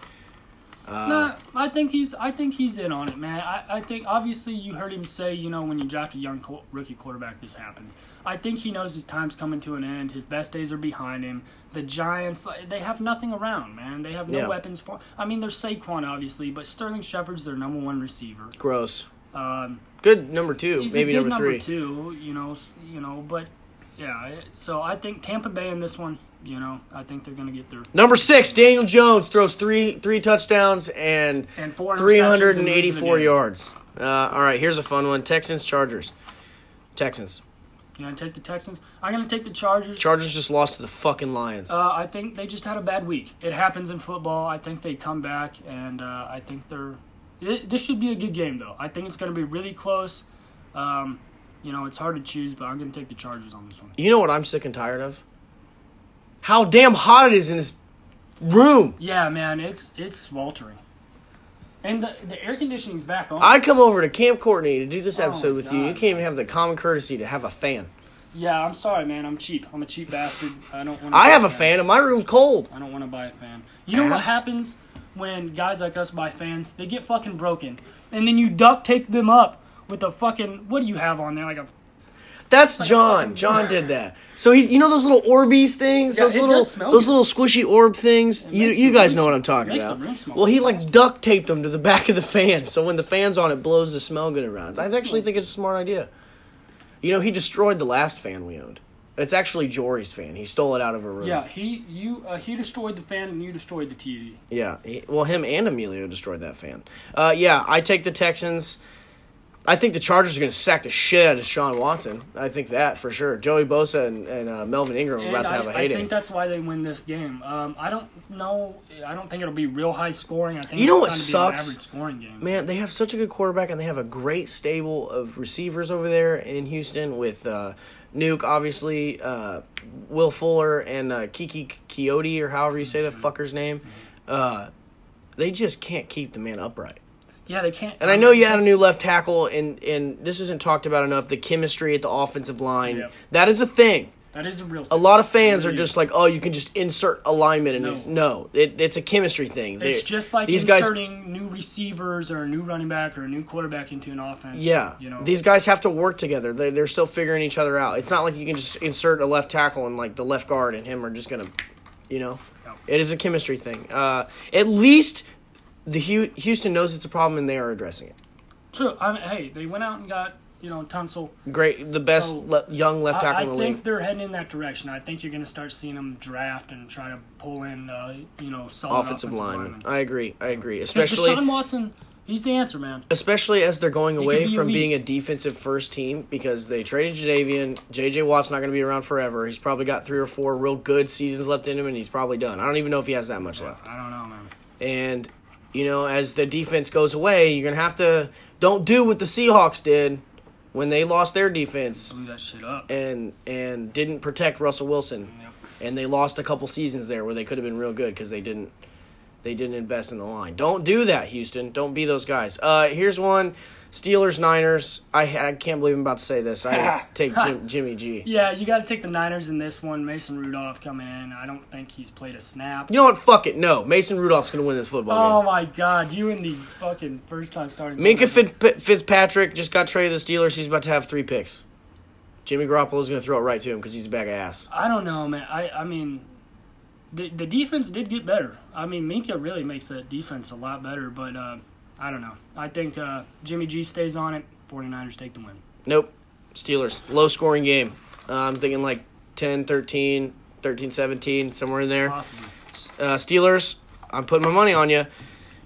[SPEAKER 2] Nah, I think he's. I think he's in on it, man. I, I think obviously you heard him say, you know, when you draft a young qu- rookie quarterback, this happens. I think he knows his time's coming to an end. His best days are behind him. The Giants, like, they have nothing around, man. They have no
[SPEAKER 1] Yeah.
[SPEAKER 2] weapons for. I mean, there's Saquon obviously, but Sterling Shepard's their number one receiver.
[SPEAKER 1] Gross.
[SPEAKER 2] Um,
[SPEAKER 1] Good number two,
[SPEAKER 2] he's a
[SPEAKER 1] maybe
[SPEAKER 2] good
[SPEAKER 1] number, three.
[SPEAKER 2] two, you know, s- you know, but yeah. it- So I think Tampa Bay in this one, you know, I think they're gonna get through.
[SPEAKER 1] Number six, Daniel Jones throws three three touchdowns and
[SPEAKER 2] And four interceptions and loses the
[SPEAKER 1] 384
[SPEAKER 2] game.
[SPEAKER 1] yards. Uh, all right, here's a fun one: Texans Chargers. Texans
[SPEAKER 2] You gonna take the Texans? I'm gonna take the Chargers.
[SPEAKER 1] Chargers just lost to the fucking Lions.
[SPEAKER 2] Uh, I think they just had a bad week. It happens in football. I think they come back, and uh, I think they're. Th- This should be a good game, though. I think it's going to be really close. Um, You know, it's hard to choose, but I'm going to take the Chargers on this one.
[SPEAKER 1] You know what I'm sick and tired of? How damn hot it is in this room.
[SPEAKER 2] Yeah, man, it's it's sweltering. And the, the air conditioning's back on.
[SPEAKER 1] I come over to Camp Courtney to do this
[SPEAKER 2] Oh,
[SPEAKER 1] episode with you. You
[SPEAKER 2] God.
[SPEAKER 1] can't even have the common courtesy to have a fan.
[SPEAKER 2] yeah, I'm sorry, man. I'm cheap. I'm a cheap bastard. I don't want.
[SPEAKER 1] I have a fan, and my room's cold.
[SPEAKER 2] I don't want to buy a fan. You know what
[SPEAKER 1] Ass.
[SPEAKER 2] happens when guys like us buy fans? They get fucking broken, and then you duct tape them up with a fucking what do you have on there? Like a
[SPEAKER 1] That's John. John did that. So he's you know those little Orbeez things,
[SPEAKER 2] Yeah,
[SPEAKER 1] those
[SPEAKER 2] it does
[SPEAKER 1] little
[SPEAKER 2] smell
[SPEAKER 1] those
[SPEAKER 2] good.
[SPEAKER 1] little squishy orb things. You
[SPEAKER 2] makes
[SPEAKER 1] you
[SPEAKER 2] the
[SPEAKER 1] guys
[SPEAKER 2] room
[SPEAKER 1] know what I'm
[SPEAKER 2] smell-
[SPEAKER 1] talking
[SPEAKER 2] makes the
[SPEAKER 1] about.
[SPEAKER 2] room smell
[SPEAKER 1] Well, he
[SPEAKER 2] good.
[SPEAKER 1] like duct taped them to the back of the fan, so when the fan's on, it blows the smell good around. I actually
[SPEAKER 2] smells
[SPEAKER 1] think it's a smart idea. You know, he destroyed the last fan we owned. It's actually Jory's fan. He stole it out of her room.
[SPEAKER 2] yeah. He you uh, he destroyed the fan and you destroyed the TV.
[SPEAKER 1] Yeah. He- well, him and Emilio destroyed that fan. Uh, yeah, I take the Texans. I think the Chargers are going to sack the shit out of Sean Watson. I think that for sure. Joey Bosa and, and uh, Melvin Ingram are
[SPEAKER 2] And
[SPEAKER 1] about to
[SPEAKER 2] I,
[SPEAKER 1] have a
[SPEAKER 2] I
[SPEAKER 1] heyday.
[SPEAKER 2] think that's why they win this game. Um, I don't know. I don't think it'll be real high scoring. I think
[SPEAKER 1] You know what
[SPEAKER 2] it's gonna be an
[SPEAKER 1] sucks?
[SPEAKER 2] average scoring game.
[SPEAKER 1] Man, they have such a good quarterback, and they have a great stable of receivers over there in Houston with uh, Nuke, obviously, uh, Will Fuller, and uh, Kiki Coyote, or however you say that fucker's name. Uh, they just can't keep the man upright.
[SPEAKER 2] Yeah, they can't. um,
[SPEAKER 1] And I know you had a new left tackle, and, and this isn't talked about enough the chemistry at the offensive line.
[SPEAKER 2] Yep.
[SPEAKER 1] That is a thing.
[SPEAKER 2] That is a real.
[SPEAKER 1] A lot of fans are
[SPEAKER 2] Agreed.
[SPEAKER 1] just like, oh, you can just insert alignment. And it's, no, it, it's a chemistry thing.
[SPEAKER 2] It's
[SPEAKER 1] They-
[SPEAKER 2] just like
[SPEAKER 1] these guys
[SPEAKER 2] inserting new receivers or a new running back or a new quarterback into an offense.
[SPEAKER 1] Yeah,
[SPEAKER 2] you know
[SPEAKER 1] these guys have to work together. They they're still figuring each other out. It's not like you can just insert a left tackle and like the left guard and him are just gonna, you know,
[SPEAKER 2] No.
[SPEAKER 1] it is a chemistry thing. Uh, at least the Hu- Houston knows it's a problem and they are addressing it.
[SPEAKER 2] True. I mean, hey, they went out and got you know Tunsil.
[SPEAKER 1] Great, the best
[SPEAKER 2] So,
[SPEAKER 1] le- young left tackle
[SPEAKER 2] I, I
[SPEAKER 1] in the
[SPEAKER 2] think
[SPEAKER 1] league.
[SPEAKER 2] they're heading in that direction. I think you're going to start seeing them draft and try to pull in uh, you know solid
[SPEAKER 1] Offensive
[SPEAKER 2] lineman.
[SPEAKER 1] lineman. I agree. I agree. Especially
[SPEAKER 2] Deshaun Watson, he's the answer, man.
[SPEAKER 1] especially as they're going away
[SPEAKER 2] be
[SPEAKER 1] from
[SPEAKER 2] elite.
[SPEAKER 1] being a defensive first team because they traded Jadavian. JJ Watt's not going to be around forever. He's probably got three or four real good seasons left in him, and he's probably done. I don't even know if he has that much left.
[SPEAKER 2] I don't know, man.
[SPEAKER 1] And you know, as the defense goes away, you're gonna have to don't do what the Seahawks did when they lost their defense
[SPEAKER 2] Blew that shit up.
[SPEAKER 1] and and didn't protect Russell Wilson,
[SPEAKER 2] Yep.
[SPEAKER 1] and they lost a couple seasons there where they could have been real good because they didn't they didn't invest in the line. Don't do that, Houston. Don't be those guys. Uh, here's one: Steelers Niners. I I can't believe I'm about to say this. I take Jim, Jimmy G.
[SPEAKER 2] Yeah, you got to take the Niners in this one. Mason Rudolph coming in. I don't think he's played a snap.
[SPEAKER 1] You know what? Fuck it. No, Mason Rudolph's gonna win this football game.
[SPEAKER 2] Oh my God, you and these fucking first time starting.
[SPEAKER 1] Minka
[SPEAKER 2] quarterbacks.
[SPEAKER 1] Fit- Fitzpatrick just got traded to the Steelers. He's about to have three picks. Jimmy Garoppolo's going to throw it right to him because he's a bag of ass.
[SPEAKER 2] I don't know, man. I I mean, the the defense did get better. I mean, Minka really makes that defense a lot better. But uh, I don't know. I think uh, Jimmy G stays on it. 49ers take the win.
[SPEAKER 1] Nope. Steelers. Low scoring game. Uh, I'm thinking like 10, 13, 13, 17, somewhere in there.
[SPEAKER 2] Possibly.
[SPEAKER 1] Uh, Steelers, I'm putting my money on you.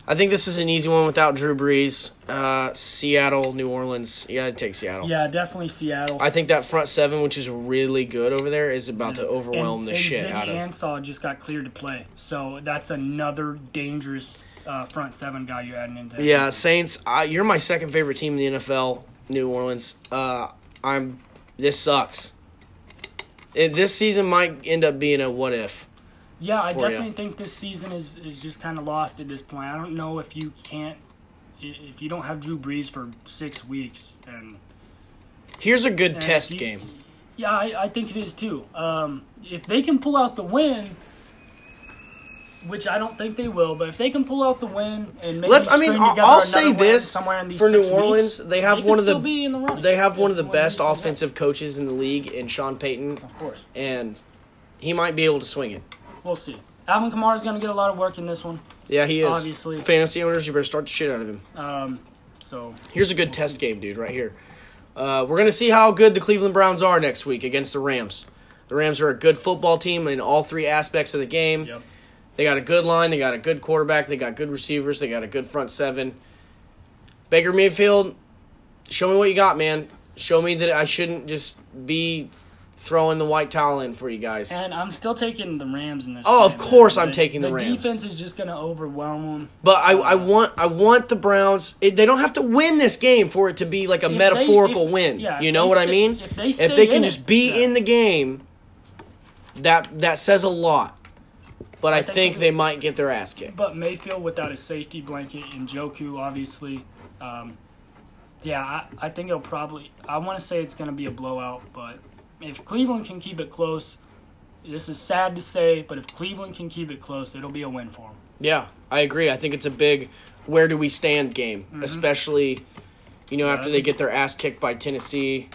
[SPEAKER 1] I think this is an easy one without Drew Brees. Uh, Seattle, New Orleans. Yeah, I'd take Seattle.
[SPEAKER 2] Yeah, definitely Seattle.
[SPEAKER 1] I think that front seven, which is really good over there, is about to overwhelm
[SPEAKER 2] and,
[SPEAKER 1] the
[SPEAKER 2] and
[SPEAKER 1] shit
[SPEAKER 2] Ziggy
[SPEAKER 1] out of.
[SPEAKER 2] Ansah just got cleared to play, so that's another dangerous uh, front seven guy you're adding into. that
[SPEAKER 1] Yeah,
[SPEAKER 2] defense.
[SPEAKER 1] Saints. I, you're my second favorite team in the NFL, New Orleans. Uh, I'm. This sucks. It, this season might end up being a what if.
[SPEAKER 2] Yeah, I
[SPEAKER 1] for ya.
[SPEAKER 2] definitely think this season is, is just kind of lost at this point. I don't know if you can't, i- if you don't have Drew Brees for six weeks, and
[SPEAKER 1] Here's a good
[SPEAKER 2] And
[SPEAKER 1] test
[SPEAKER 2] you-
[SPEAKER 1] game.
[SPEAKER 2] yeah, I, I think it is too. Um, if they can pull out the win, which I don't think they will, but if they can pull out the win and maybe
[SPEAKER 1] Let's- I mean,
[SPEAKER 2] string
[SPEAKER 1] I'll-
[SPEAKER 2] together
[SPEAKER 1] I'll
[SPEAKER 2] another
[SPEAKER 1] say
[SPEAKER 2] win
[SPEAKER 1] this
[SPEAKER 2] somewhere in these
[SPEAKER 1] for New
[SPEAKER 2] six weeks,
[SPEAKER 1] Orleans, they have
[SPEAKER 2] can
[SPEAKER 1] one of the-
[SPEAKER 2] still be in the running.
[SPEAKER 1] They have one of the
[SPEAKER 2] If they win
[SPEAKER 1] best
[SPEAKER 2] these games.
[SPEAKER 1] offensive coaches in the league in Sean Payton,
[SPEAKER 2] Of course,
[SPEAKER 1] and he might be able to swing it.
[SPEAKER 2] we'll see. Alvin Kamara's going to get a lot of work in this one,
[SPEAKER 1] Yeah, he is.
[SPEAKER 2] Obviously.
[SPEAKER 1] fantasy owners, you better start the shit out of him.
[SPEAKER 2] um, so
[SPEAKER 1] Here's a good test game, dude, right here. Uh, we're going to see how good the Cleveland Browns are next week against the Rams. The Rams are a good football team in all three aspects of the game.
[SPEAKER 2] yep.
[SPEAKER 1] They got a good line, they got a good quarterback, they got good receivers, they got a good front seven. Baker Mayfield, show me what you got, man. Show me that I shouldn't just be throwing the white towel in for you guys.
[SPEAKER 2] And I'm still taking the Rams in this.
[SPEAKER 1] Oh, of
[SPEAKER 2] game, man.
[SPEAKER 1] course I'm
[SPEAKER 2] The-
[SPEAKER 1] taking the Rams.
[SPEAKER 2] defense is just going to overwhelm them.
[SPEAKER 1] But I, I want I want the Browns. It, they don't have to win this game for it to be like a
[SPEAKER 2] If they-
[SPEAKER 1] metaphorical
[SPEAKER 2] if-
[SPEAKER 1] win.
[SPEAKER 2] yeah,
[SPEAKER 1] you
[SPEAKER 2] if
[SPEAKER 1] know
[SPEAKER 2] they
[SPEAKER 1] what I
[SPEAKER 2] stay-
[SPEAKER 1] mean?
[SPEAKER 2] if they
[SPEAKER 1] if
[SPEAKER 2] stay
[SPEAKER 1] they can
[SPEAKER 2] in
[SPEAKER 1] just
[SPEAKER 2] it,
[SPEAKER 1] be
[SPEAKER 2] yeah.
[SPEAKER 1] in the game, that that says a lot. But I,
[SPEAKER 2] think
[SPEAKER 1] think
[SPEAKER 2] so.
[SPEAKER 1] they might get their ass kicked.
[SPEAKER 2] But Mayfield without his safety blanket and Joku, obviously. Um, yeah, I, I think it'll probably. I want to say it's going to be a blowout, but if Cleveland can keep it close, this is sad to say, but if Cleveland can keep it close, it'll be a win for them.
[SPEAKER 1] Yeah, I agree. I think it's a big where do we stand game, especially you know
[SPEAKER 2] Mm-hmm.
[SPEAKER 1] after
[SPEAKER 2] that's
[SPEAKER 1] they
[SPEAKER 2] a-
[SPEAKER 1] get their ass kicked by Tennessee,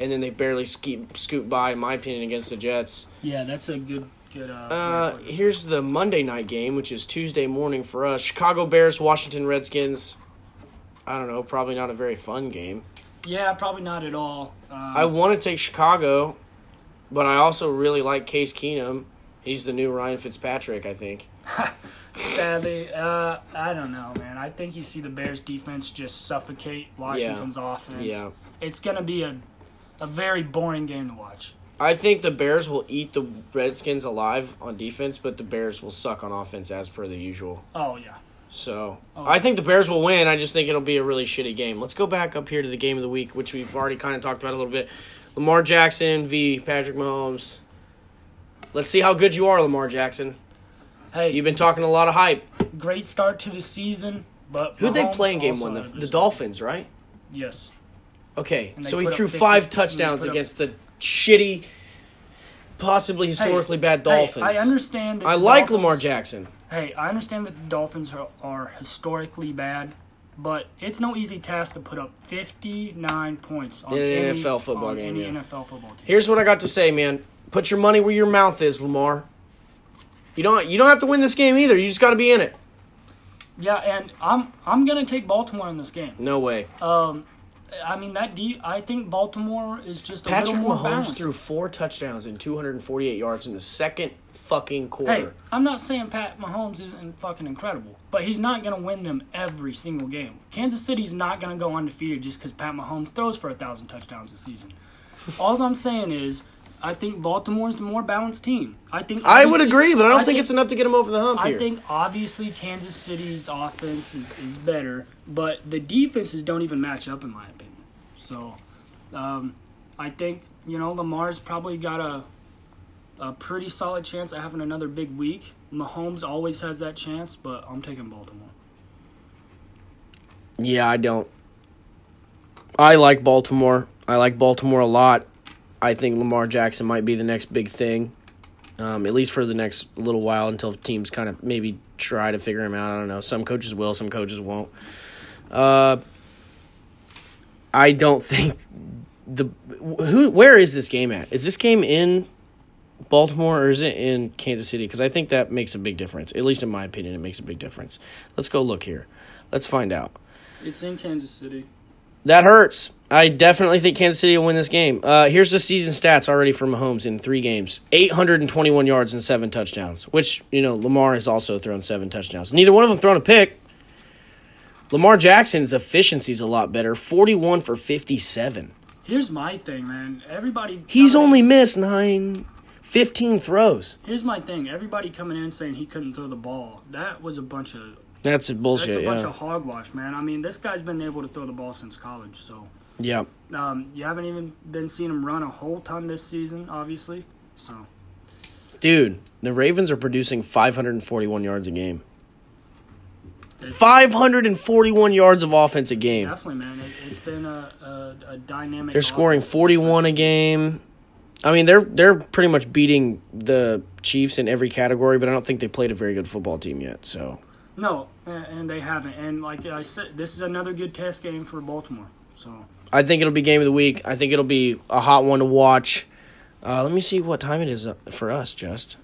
[SPEAKER 1] and then they barely skeep, scoot by, in my opinion, against the Jets.
[SPEAKER 2] Yeah, that's a good good. Uh,
[SPEAKER 1] Uh, here's the Monday night game, which is Tuesday morning for us. Chicago Bears, Washington Redskins. I don't know, probably not a very fun game.
[SPEAKER 2] yeah, probably not at all. Um,
[SPEAKER 1] I want to take Chicago, but I also really like Case Keenum. He's the new Ryan Fitzpatrick, I think.
[SPEAKER 2] Sadly, uh, I don't know, man. I think you see the Bears defense just suffocate Washington's offense.
[SPEAKER 1] Yeah.
[SPEAKER 2] It's gonna be a a very boring game to watch.
[SPEAKER 1] I think the Bears will eat the Redskins alive on defense, but the Bears will suck on offense as per the usual.
[SPEAKER 2] Oh yeah.
[SPEAKER 1] So
[SPEAKER 2] Oh.
[SPEAKER 1] I think the Bears will win. I just think it'll be a really shitty game. Let's go back up here to the game of the week, which we've already kind of talked about a little bit. Lamar Jackson v. Patrick Mahomes. Let's see how good you are, Lamar Jackson.
[SPEAKER 2] Hey,
[SPEAKER 1] You've been talking a lot of hype.
[SPEAKER 2] great start to the season, but
[SPEAKER 1] Who'd they
[SPEAKER 2] Mahomes
[SPEAKER 1] play in game
[SPEAKER 2] also
[SPEAKER 1] one? The,
[SPEAKER 2] had
[SPEAKER 1] the
[SPEAKER 2] just-
[SPEAKER 1] Dolphins, right?
[SPEAKER 2] Yes.
[SPEAKER 1] Okay,
[SPEAKER 2] And they
[SPEAKER 1] so he
[SPEAKER 2] put up
[SPEAKER 1] threw
[SPEAKER 2] 50
[SPEAKER 1] five
[SPEAKER 2] and they
[SPEAKER 1] touchdowns
[SPEAKER 2] put up-
[SPEAKER 1] against the shitty, possibly historically
[SPEAKER 2] Hey,
[SPEAKER 1] bad
[SPEAKER 2] hey,
[SPEAKER 1] Dolphins.
[SPEAKER 2] I understand. That
[SPEAKER 1] I
[SPEAKER 2] the
[SPEAKER 1] like
[SPEAKER 2] Dolphins-
[SPEAKER 1] Lamar Jackson.
[SPEAKER 2] Hey, I understand that the Dolphins are, are historically bad, but it's no easy task to put up 59 points on
[SPEAKER 1] In an
[SPEAKER 2] any,
[SPEAKER 1] NFL football
[SPEAKER 2] on
[SPEAKER 1] game,
[SPEAKER 2] Any
[SPEAKER 1] yeah.
[SPEAKER 2] NFL football team.
[SPEAKER 1] Here's what I got to say, man. Put your money where your mouth is, Lamar. You don't you don't have to win this game either. You just got to be in it.
[SPEAKER 2] Yeah, and I'm I'm gonna take Baltimore in this game.
[SPEAKER 1] No way.
[SPEAKER 2] Um, I mean that D. I think Baltimore is just a
[SPEAKER 1] Patrick
[SPEAKER 2] little more
[SPEAKER 1] Mahomes
[SPEAKER 2] balanced.
[SPEAKER 1] threw four touchdowns and 248 yards in the second fucking
[SPEAKER 2] Hey,
[SPEAKER 1] quarter.
[SPEAKER 2] I'm not saying Pat Mahomes isn't fucking incredible, but he's not gonna win them every single game. Kansas City's not gonna go undefeated just because Pat Mahomes throws for a thousand touchdowns this season. All I'm saying is, I think Baltimore's the more balanced team. I think
[SPEAKER 1] I would
[SPEAKER 2] obviously-
[SPEAKER 1] agree, but I don't think,
[SPEAKER 2] think
[SPEAKER 1] it's enough to get him over the hump
[SPEAKER 2] I
[SPEAKER 1] here.
[SPEAKER 2] think obviously Kansas City's offense is, is better, but the defenses don't even match up in my opinion. So, um, I think you know Lamar's probably got a a pretty solid chance at having another big week. Mahomes always has that chance, but I'm taking Baltimore.
[SPEAKER 1] yeah, I don't. I like Baltimore. I like Baltimore a lot. I think Lamar Jackson might be the next big thing. Um, at least for the next little while until teams kind of maybe try to figure him out. I don't know. Some coaches will, some coaches won't. Uh, I don't think the who where is this game at? Is this game in Baltimore or is it in Kansas City? Because I think that makes a big difference. At least in my opinion, it makes a big difference. Let's go look here. Let's find out.
[SPEAKER 2] It's in Kansas City.
[SPEAKER 1] That hurts. I definitely think Kansas City will win this game. Uh, here's the season stats already for Mahomes in three games 821 yards and seven touchdowns, which, you know, Lamar has also thrown seven touchdowns. Neither one of them thrown a pick. Lamar Jackson's efficiency's a lot better 41 for 57.
[SPEAKER 2] Here's my thing, man. Everybody
[SPEAKER 1] He's
[SPEAKER 2] coming-
[SPEAKER 1] only missed nine, 15 throws.
[SPEAKER 2] Here's my thing. Everybody coming in saying he couldn't throw the ball. That was a bunch of
[SPEAKER 1] That's
[SPEAKER 2] that's
[SPEAKER 1] bullshit,
[SPEAKER 2] a bunch
[SPEAKER 1] yeah.
[SPEAKER 2] of hogwash, man. I mean, this guy's been able to throw the ball since college, so
[SPEAKER 1] yeah.
[SPEAKER 2] Um, you haven't even been seeing him run a whole ton this season, obviously. So
[SPEAKER 1] Dude, the Ravens are producing 541 yards a game. 541 yards of offense a game.
[SPEAKER 2] definitely, man, it, it's been a, a, a dynamic.
[SPEAKER 1] They're scoring
[SPEAKER 2] offense.
[SPEAKER 1] 41 a game. I mean, they're they're pretty much beating the Chiefs in every category, but I don't think they played a very good football team yet. So
[SPEAKER 2] No, and, and they haven't. And like I said, this is another good test game for Baltimore. So
[SPEAKER 1] I think it'll be game of the week. I think it'll be a hot one to watch. Uh, let me see what time it is uh, for us, Just.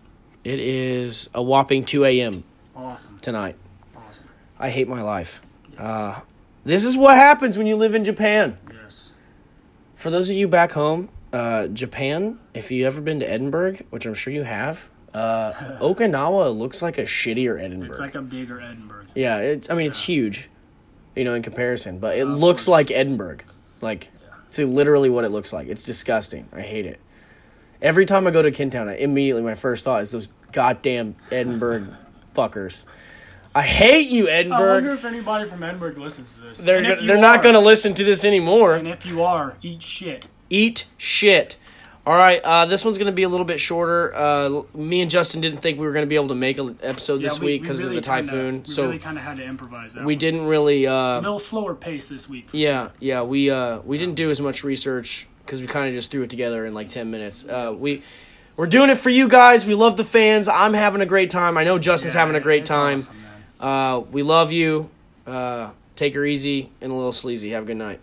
[SPEAKER 1] It is a whopping 2 a.m.
[SPEAKER 2] awesome,
[SPEAKER 1] tonight.
[SPEAKER 2] awesome.
[SPEAKER 1] I hate my life.
[SPEAKER 2] Yes.
[SPEAKER 1] Uh, this is what happens when you live in Japan.
[SPEAKER 2] yes.
[SPEAKER 1] For those of you back home, uh, Japan, if you've ever been to Edinburgh, which I'm sure you have, uh, Okinawa looks like a shittier Edinburgh.
[SPEAKER 2] It's like a bigger Edinburgh.
[SPEAKER 1] yeah, it's, I mean, it's huge, you know, in comparison, but it
[SPEAKER 2] of
[SPEAKER 1] looks
[SPEAKER 2] course.
[SPEAKER 1] like Edinburgh. Like, it's literally what it looks like. It's disgusting. I hate it. Every time I go to Kintown, I, immediately my first thought is those goddamn Edinburgh fuckers. I hate you,
[SPEAKER 2] I wonder
[SPEAKER 1] Edinburgh.
[SPEAKER 2] if anybody from Edinburgh listens to this.
[SPEAKER 1] They're
[SPEAKER 2] And if
[SPEAKER 1] go-
[SPEAKER 2] you
[SPEAKER 1] they're not
[SPEAKER 2] are-
[SPEAKER 1] going to listen to this anymore.
[SPEAKER 2] And if you are, eat shit.
[SPEAKER 1] eat shit. All right, uh, this one's going to be a little bit shorter. Uh, l- me and Justin didn't think we were going to be able to make an episode this
[SPEAKER 2] Yeah, we-
[SPEAKER 1] week
[SPEAKER 2] we
[SPEAKER 1] because
[SPEAKER 2] really
[SPEAKER 1] of the typhoon,
[SPEAKER 2] Kinda, we
[SPEAKER 1] so
[SPEAKER 2] really kind of had to improvise that.
[SPEAKER 1] we
[SPEAKER 2] one.
[SPEAKER 1] didn't really.
[SPEAKER 2] a
[SPEAKER 1] Uh,
[SPEAKER 2] little slower pace this week.
[SPEAKER 1] yeah, yeah, we uh, we didn't do as much research because we kind of just threw it together in like ten minutes. Uh, we we're doing it for you guys. We love the fans. I'm having a great time. I know Justin's
[SPEAKER 2] Yeah,
[SPEAKER 1] having a great
[SPEAKER 2] it's
[SPEAKER 1] time.
[SPEAKER 2] awesome, man.
[SPEAKER 1] Uh, we love you. Uh, take her easy and a little sleazy. Have a good night.